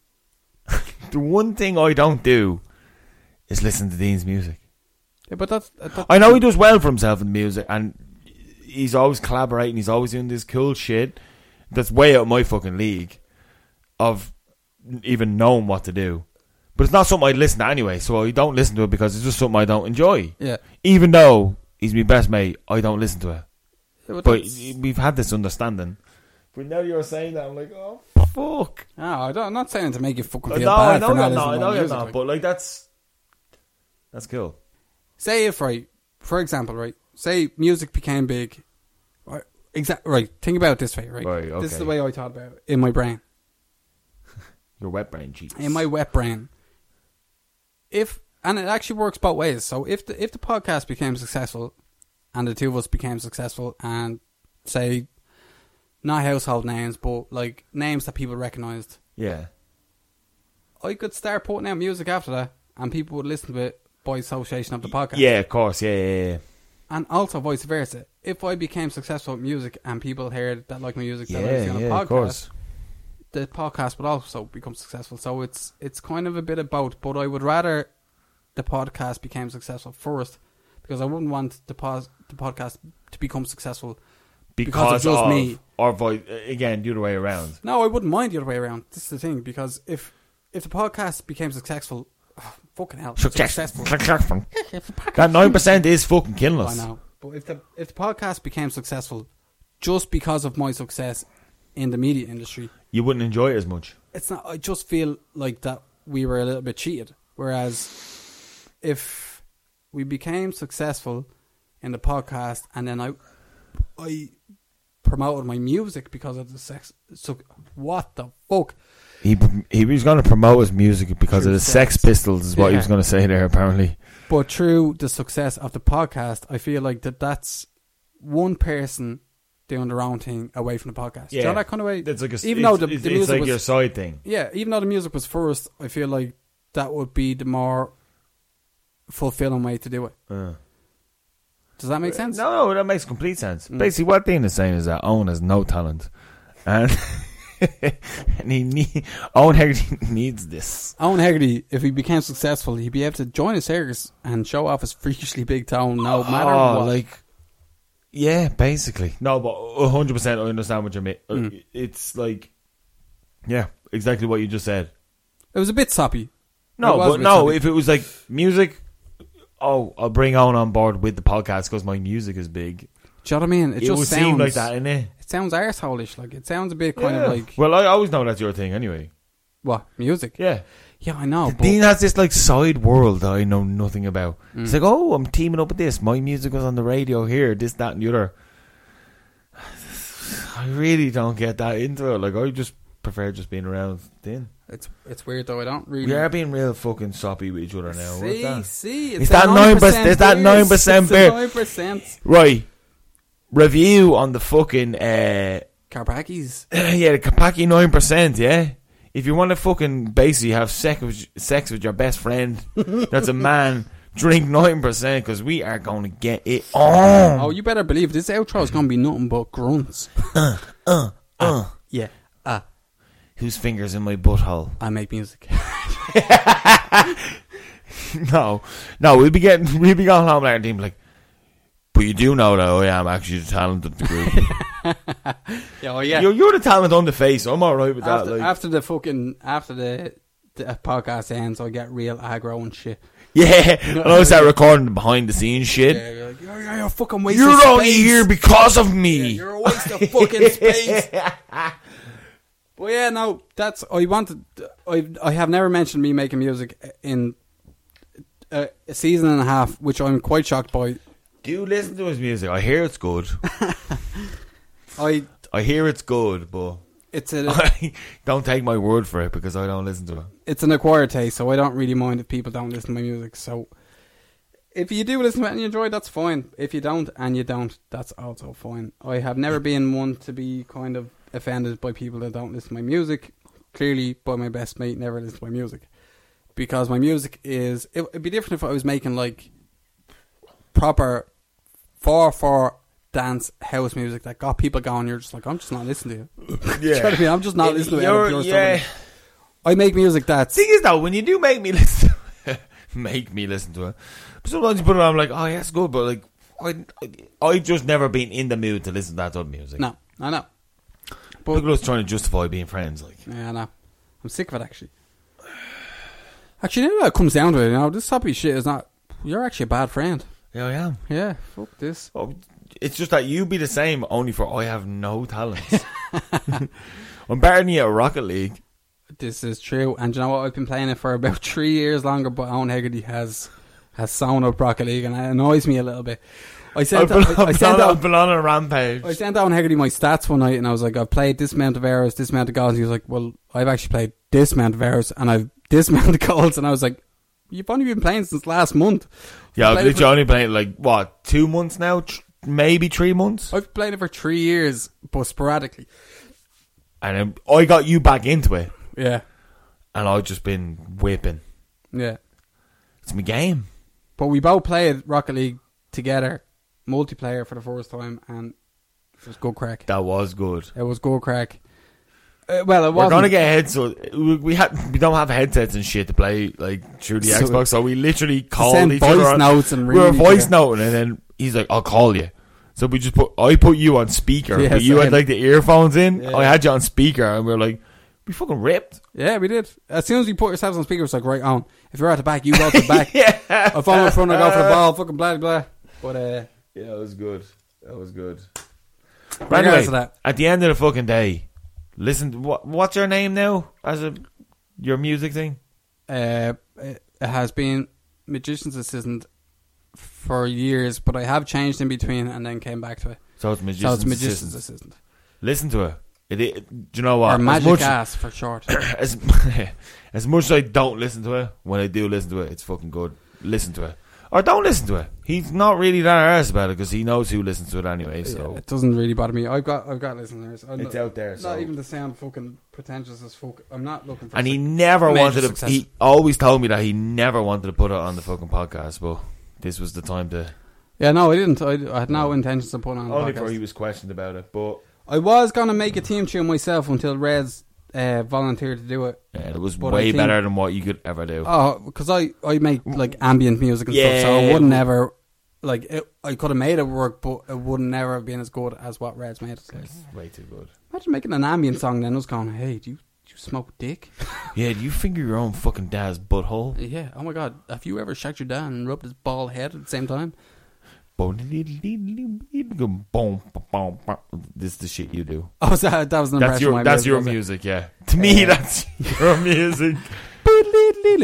[SPEAKER 3] The one thing I don't do is listen to Dean's music.
[SPEAKER 2] Yeah, but that's, that's
[SPEAKER 3] I know he does well for himself in music, and he's always collaborating. He's always doing this cool shit that's way out of my fucking league of even knowing what to do. But it's not something I listen to anyway, so I don't listen to it because it's just something I don't enjoy.
[SPEAKER 2] yeah.
[SPEAKER 3] Even though he's my best mate, I don't listen to it.
[SPEAKER 2] Yeah,
[SPEAKER 3] But
[SPEAKER 2] that's-
[SPEAKER 3] we've had this understanding. But now you're saying that, I'm like, oh fuck.
[SPEAKER 2] no, ah, I don't, I'm not saying to make you fucking
[SPEAKER 3] I
[SPEAKER 2] feel
[SPEAKER 3] know, I
[SPEAKER 2] bad
[SPEAKER 3] know
[SPEAKER 2] for
[SPEAKER 3] you're
[SPEAKER 2] not
[SPEAKER 3] not, I
[SPEAKER 2] listening to
[SPEAKER 3] know
[SPEAKER 2] my
[SPEAKER 3] you're
[SPEAKER 2] music.
[SPEAKER 3] not.
[SPEAKER 2] like-
[SPEAKER 3] But like that's that's cool.
[SPEAKER 2] say if right, for example, right, say music became big, right, exact right. Think about it this way, right?
[SPEAKER 3] Right,
[SPEAKER 2] This is the way
[SPEAKER 3] okay.
[SPEAKER 2] I thought about it in my brain,
[SPEAKER 3] Your wet brain cheats.
[SPEAKER 2] in my wet brain. If and it actually works both ways. So if the if the podcast became successful, and the two of us became successful and say not household names but like names that people recognized
[SPEAKER 3] Yeah.
[SPEAKER 2] i could start putting out music after that and people would listen to it by association of the podcast
[SPEAKER 3] Yeah, of course. Yeah, yeah, yeah.
[SPEAKER 2] and also vice versa if i became successful with music and people heard that like my music that i
[SPEAKER 3] Yeah,
[SPEAKER 2] was on
[SPEAKER 3] yeah,
[SPEAKER 2] a
[SPEAKER 3] of
[SPEAKER 2] podcast
[SPEAKER 3] course.
[SPEAKER 2] the podcast would also become successful so it's it's kind of a bit of both but i would rather the podcast became successful first because i wouldn't want the, pos- the podcast to become successful
[SPEAKER 3] Because,
[SPEAKER 2] Because of just
[SPEAKER 3] of
[SPEAKER 2] me.
[SPEAKER 3] Or voice, again, the other way around.
[SPEAKER 2] No, I wouldn't mind the other way around. This is the thing because if if the podcast became successful, fucking hell, successful.
[SPEAKER 3] that nine percent is fucking killing
[SPEAKER 2] I
[SPEAKER 3] us.
[SPEAKER 2] know, but if the if the podcast became successful just because of my success in the media industry,
[SPEAKER 3] You wouldn't enjoy it as much.
[SPEAKER 2] it's not. I just feel like that we were a little bit cheated. Whereas if we became successful in the podcast and then I I promoted my music because of the sex, so what the fuck?
[SPEAKER 3] He he was going to promote his music because
[SPEAKER 2] True
[SPEAKER 3] of the
[SPEAKER 2] sex.
[SPEAKER 3] Sex Pistols, is what he
[SPEAKER 5] Yeah.
[SPEAKER 3] was going to say there. Apparently,
[SPEAKER 2] But through the success of the podcast, I feel like that that's one person doing their own thing away from the podcast. Do you know that kind of way?
[SPEAKER 3] That's like a,
[SPEAKER 2] even
[SPEAKER 3] it's,
[SPEAKER 2] though the,
[SPEAKER 3] it's,
[SPEAKER 2] the
[SPEAKER 3] it's
[SPEAKER 2] music
[SPEAKER 3] like
[SPEAKER 2] was,
[SPEAKER 3] your side thing.
[SPEAKER 2] yeah, even though the music was first, I feel like that would be the more fulfilling way to do it.
[SPEAKER 3] Uh.
[SPEAKER 2] Does that make sense?
[SPEAKER 3] No, no, that makes complete sense.
[SPEAKER 2] Mm.
[SPEAKER 3] Basically, what Dean is saying is that Owen has no talent, and and he need, Owen Hegarty needs this.
[SPEAKER 2] Owen Hegarty, if he became successful, he'd be able to join a circus and show off his freakishly big town. No matter
[SPEAKER 3] Oh,
[SPEAKER 2] what.
[SPEAKER 3] like yeah, basically. No, but hundred percent, I understand what you mean. Uh, It's like yeah, exactly what you just said.
[SPEAKER 2] it was a bit soppy. It
[SPEAKER 3] No,
[SPEAKER 2] was a
[SPEAKER 3] but
[SPEAKER 2] bit
[SPEAKER 3] no,
[SPEAKER 2] soppy.
[SPEAKER 3] if it was like music. Oh, I'll bring Owen on board with the podcast because my music is big.
[SPEAKER 2] do you know what I mean? It,
[SPEAKER 3] It,
[SPEAKER 2] just
[SPEAKER 3] would
[SPEAKER 2] sounds
[SPEAKER 3] seem like that, innit?
[SPEAKER 2] It sounds arseholish. Like it sounds a bit kind
[SPEAKER 3] Yeah.
[SPEAKER 2] of like
[SPEAKER 3] well, I always know that's your thing anyway.
[SPEAKER 2] what music?
[SPEAKER 3] Yeah.
[SPEAKER 2] Yeah, I know. But
[SPEAKER 3] Dean has this like side world that I know nothing about. It's like, oh, I'm teaming up with this. My music was on the radio here, this, that, and the other. I really don't get that into it. Like, I just prefer just being around Dean.
[SPEAKER 2] it's it's weird though. I don't really.
[SPEAKER 3] We are being real fucking soppy with each other now.
[SPEAKER 2] see,
[SPEAKER 3] What's that?
[SPEAKER 2] see,
[SPEAKER 3] It's that 9% it's that 9% beer.
[SPEAKER 2] Nine percent.
[SPEAKER 3] Right. Review on the fucking uh,
[SPEAKER 2] Carpacki's.
[SPEAKER 3] yeah, the Kapaki nine percent. Yeah, if you want to fucking basically have sex with, sex with your best friend, that's a man. Drink nine percent because we are going to get it on.
[SPEAKER 2] Oh, you better believe this outro is gonna be nothing but grunts.
[SPEAKER 3] Uh,
[SPEAKER 2] Yeah. Ah,
[SPEAKER 3] whose fingers in my butthole?
[SPEAKER 2] I make music.
[SPEAKER 3] no, no, we'll be getting we'll be going home like our team like. But you do know that I am actually the talent of the group.
[SPEAKER 2] yeah, oh yeah.
[SPEAKER 3] you're, you're the talent on the face. I'm all right with that.
[SPEAKER 2] after,
[SPEAKER 3] like,
[SPEAKER 2] after the fucking after the the podcast ends, I get real aggro and shit.
[SPEAKER 3] yeah, and I start recording the behind the scenes shit.
[SPEAKER 2] Yeah, you're like, you're, you're a fucking waste.
[SPEAKER 3] you're
[SPEAKER 2] of space.
[SPEAKER 3] only here because of me.
[SPEAKER 2] Yeah, you're a waste of fucking space. But yeah, no, that's I wanted. I I have never mentioned me making music in a, a season and a half, which I'm quite shocked by.
[SPEAKER 3] Do listen to his music. I hear it's good.
[SPEAKER 2] I
[SPEAKER 3] I hear it's good, but
[SPEAKER 2] it's a
[SPEAKER 3] I don't take my word for it because I don't listen to it.
[SPEAKER 2] it's an acquired taste, so I don't really mind if people don't listen to my music. So if you do listen to it and you enjoy, it, that's fine. If you don't and you don't, that's also fine. I have never been one to be kind of offended by people that don't listen to my music. Clearly, by my best mate, never listen to my music because my music is. It, it'd be different if I was making like proper four four dance house music that got people going. You're just like, I'm just not listening to you. Do you know what I mean? I'm just not listening to
[SPEAKER 3] You're-
[SPEAKER 2] it.
[SPEAKER 3] yeah.
[SPEAKER 2] I make music that's
[SPEAKER 3] Thing is, though, when you do make me listen, to it, make me listen to it. But sometimes you put it on, I'm like, oh yeah, it's good, but like, I, I I've just never been in the mood to listen to that type of music.
[SPEAKER 2] No, I know.
[SPEAKER 3] But Look at us trying to justify being friends. Like,
[SPEAKER 2] Yeah, I know. I'm sick of it actually. Actually, you know what it comes down to it, you know, this happy shit is not. You're actually a bad friend.
[SPEAKER 3] yeah, I am.
[SPEAKER 2] Yeah, fuck this.
[SPEAKER 3] Oh, it's just that you be the same, only for I have no talents. I'm better than you at Rocket League.
[SPEAKER 2] This is true. And do you know what? I've been playing it for about three years longer, but Owen Hegarty has has sewn up Rocket League, and it annoys me a little bit. I
[SPEAKER 3] I've
[SPEAKER 2] sent
[SPEAKER 3] been,
[SPEAKER 2] I, I
[SPEAKER 3] I've
[SPEAKER 2] sent
[SPEAKER 3] been on-
[SPEAKER 2] out
[SPEAKER 3] I've been on a rampage.
[SPEAKER 2] I sent Owen Hegarty my stats one night, and I was like, I've played this amount of errors, this amount of goals. And he was like, Well, I've actually played this amount of errors, and I've this amount of goals, and I was like, You've only been playing since last month.
[SPEAKER 3] Yeah, I've
[SPEAKER 2] Played
[SPEAKER 3] literally
[SPEAKER 2] for-
[SPEAKER 3] only played like what two months now, tr- maybe three months,
[SPEAKER 2] I've been playing it for three years, but sporadically.
[SPEAKER 3] and um, I got you back into it,
[SPEAKER 2] Yeah,
[SPEAKER 3] and I've just been whipping.
[SPEAKER 2] yeah.
[SPEAKER 3] It's my game.
[SPEAKER 2] But we both played Rocket League together, multiplayer for the first time, and it was good crack.
[SPEAKER 3] That was good.
[SPEAKER 2] It was good crack. Uh, well, it
[SPEAKER 3] We're
[SPEAKER 2] was
[SPEAKER 3] gonna get heads. So we we, ha- we don't have headsets and shit to play like through the
[SPEAKER 2] So-
[SPEAKER 3] Xbox. So we literally called
[SPEAKER 2] send
[SPEAKER 3] each
[SPEAKER 2] voice
[SPEAKER 3] other. on-
[SPEAKER 2] notes and
[SPEAKER 3] we were
[SPEAKER 2] ring each
[SPEAKER 3] voice
[SPEAKER 2] other.
[SPEAKER 3] noting, and then he's like, "I'll call you." So we just put I put you on speaker,
[SPEAKER 2] Yeah,
[SPEAKER 3] but you
[SPEAKER 2] same.
[SPEAKER 3] had like the earphones in.
[SPEAKER 2] Yeah.
[SPEAKER 3] I had you on speaker, and we were like, "We fucking ripped."
[SPEAKER 2] Yeah, we did. As soon as you put yourselves on speaker, it's like right on. If you're at the back, you go to the back. yeah. If I'm in front, I go for the ball. Fucking blah blah. But uh,
[SPEAKER 3] Yeah, it was good. That was good. By the
[SPEAKER 2] Regardless
[SPEAKER 3] way,
[SPEAKER 2] of that.
[SPEAKER 3] at the end of the fucking day, listen. What what's your name now? As a your music thing?
[SPEAKER 2] uh, it it has been magician's assistant for years, but I have changed in between and then came back to it.
[SPEAKER 3] So it's magician's,
[SPEAKER 2] so it's magician's assistant,
[SPEAKER 3] Assistant. Listen to it. It, it. Do you know what?
[SPEAKER 2] or
[SPEAKER 3] As
[SPEAKER 2] magic
[SPEAKER 3] much-
[SPEAKER 2] ass for short.
[SPEAKER 3] as as much as I don't listen to it, when I do listen to it, it's fucking good. Listen to it, or don't listen to it. He's not really that arsed about it because he knows who listens to it anyway. So
[SPEAKER 2] It doesn't really bother me. I've got I've got listeners. I'm
[SPEAKER 3] It's
[SPEAKER 2] not,
[SPEAKER 3] out there,
[SPEAKER 2] Not
[SPEAKER 3] so-
[SPEAKER 2] even the sound fucking pretentious as fuck. I'm not looking for.
[SPEAKER 3] and he
[SPEAKER 2] suc-
[SPEAKER 3] never
[SPEAKER 2] Major
[SPEAKER 3] wanted to.
[SPEAKER 2] success.
[SPEAKER 3] He always told me that he never wanted to put it on the fucking podcast, but this was the time to.
[SPEAKER 2] yeah, no, I didn't. I, I had no intentions of putting on. the podcast.
[SPEAKER 3] was questioned about it, but
[SPEAKER 2] I was gonna make a team tune myself until Reds uh, volunteered to do it.
[SPEAKER 3] yeah, it was
[SPEAKER 2] But I
[SPEAKER 3] way
[SPEAKER 2] think-
[SPEAKER 3] better than what you could ever do.
[SPEAKER 2] Oh, because I I make like ambient music and stuff, so I
[SPEAKER 3] Yeah.
[SPEAKER 2] wouldn't ever like it, I could have made it work, but it would never have been as good as what Reds made. It's like,
[SPEAKER 3] It's way too good.
[SPEAKER 2] imagine making an ambient song then us going, hey, do you, do you smoke dick?
[SPEAKER 3] Yeah, you finger your own fucking dad's butthole.
[SPEAKER 2] yeah. Oh my god, have you ever shagged your dad and rubbed his bald head at the same time?
[SPEAKER 3] This is the shit you do.
[SPEAKER 2] Oh, was that that was an
[SPEAKER 3] That's
[SPEAKER 2] impression.
[SPEAKER 3] your
[SPEAKER 2] I
[SPEAKER 3] that's
[SPEAKER 2] made,
[SPEAKER 3] your
[SPEAKER 2] was it?
[SPEAKER 3] music, yeah. To me, that's your music.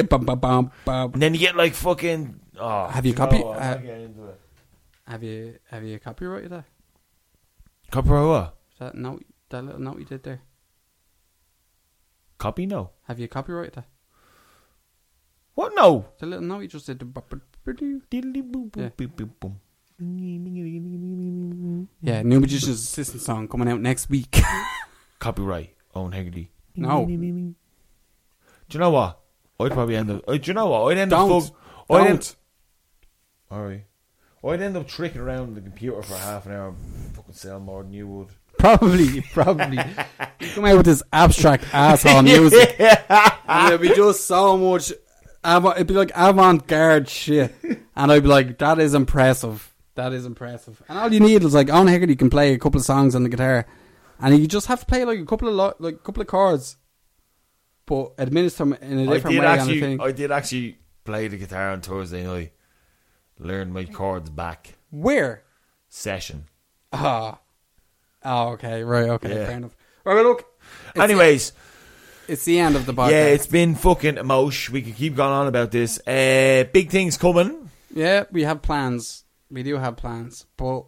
[SPEAKER 2] Bum, bum, bum, bum.
[SPEAKER 3] And then you get like fucking. Oh,
[SPEAKER 2] Have you
[SPEAKER 3] no,
[SPEAKER 2] copy-
[SPEAKER 3] I'm not
[SPEAKER 2] uh,
[SPEAKER 3] getting into it.
[SPEAKER 2] Have you have you copyrighted that?
[SPEAKER 3] Copy or what?
[SPEAKER 2] That note, that little note you did there.
[SPEAKER 3] Copy no.
[SPEAKER 2] Have you copyrighted that?
[SPEAKER 3] What no?
[SPEAKER 2] The little note you just did. the bu- bu- bu- do.
[SPEAKER 3] Diddly boop
[SPEAKER 2] Yeah.
[SPEAKER 3] boop boop boop boom.
[SPEAKER 2] Yeah, new magician's assistant song coming out next week.
[SPEAKER 3] Copyright Owen Hegarty.
[SPEAKER 2] No.
[SPEAKER 3] Do you know what? I'd probably end up. uh, Do you know what? I'd end
[SPEAKER 2] Don't.
[SPEAKER 3] up. Fuck, I'd
[SPEAKER 2] Don't.
[SPEAKER 3] End, all right. I'd end up tricking around the computer for half an hour. and Fucking sell more than you would.
[SPEAKER 2] probably, probably. You come out with this abstract asshole music, and it'd be just so much. Av- it'd be like avant-garde shit, and I'd be like, "That is impressive. That is impressive." And all you need is like Owen Hickory can play a couple of songs on the guitar, and you just have to play like a couple of lo- like a couple of chords, but administer 'em in a
[SPEAKER 3] I
[SPEAKER 2] different
[SPEAKER 3] did
[SPEAKER 2] way.
[SPEAKER 3] actually,
[SPEAKER 2] on the thing.
[SPEAKER 3] I did actually play the guitar on Thursday night. Learned my chords back.
[SPEAKER 2] Where?
[SPEAKER 3] Session.
[SPEAKER 2] Ah, oh, okay, right, okay,
[SPEAKER 3] Yeah.
[SPEAKER 2] fair enough. Right, well, look, it's
[SPEAKER 3] Anyways,
[SPEAKER 2] the, it's the end of the podcast.
[SPEAKER 3] yeah, it's been fucking emotion. We could keep going on about this. Uh, big things coming.
[SPEAKER 2] Yeah, we have plans. We do have plans, but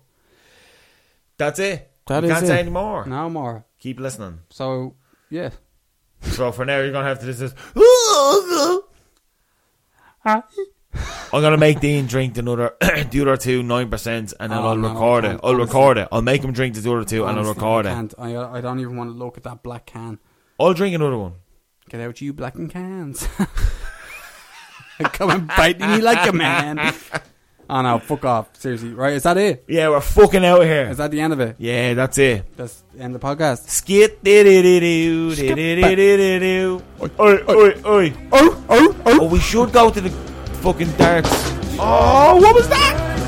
[SPEAKER 3] That's it.
[SPEAKER 2] That
[SPEAKER 3] we
[SPEAKER 2] is
[SPEAKER 3] can't say
[SPEAKER 2] it.
[SPEAKER 3] any more.
[SPEAKER 2] no more.
[SPEAKER 3] Keep listening.
[SPEAKER 2] So yeah.
[SPEAKER 3] So for now, you're gonna have to listen. to this. I'm gonna make Dean drink another, the other two nine percent, and then
[SPEAKER 2] Oh,
[SPEAKER 3] I'll
[SPEAKER 2] no,
[SPEAKER 3] record
[SPEAKER 2] I
[SPEAKER 3] it.
[SPEAKER 2] can't.
[SPEAKER 3] I'll record it. I'll make him drink the other two, and I'll
[SPEAKER 2] Honestly,
[SPEAKER 3] record
[SPEAKER 2] I
[SPEAKER 3] it.
[SPEAKER 2] can't. I, I don't even want to look at that black can.
[SPEAKER 3] I'll drink another one.
[SPEAKER 2] Get out, you blacking cans. Come and bite me like a man. Oh no, fuck off. Seriously, right? Is that it?
[SPEAKER 3] Yeah, we're fucking out of here.
[SPEAKER 2] Is that the end of it?
[SPEAKER 3] yeah, that's it.
[SPEAKER 2] That's the end of the podcast.
[SPEAKER 3] Skit dee dee dee doo dee dee dee dee dee doo. Oi oi oi.
[SPEAKER 2] Oh, oh,
[SPEAKER 3] Oh, we should go to the fucking darts. Oh, what was that?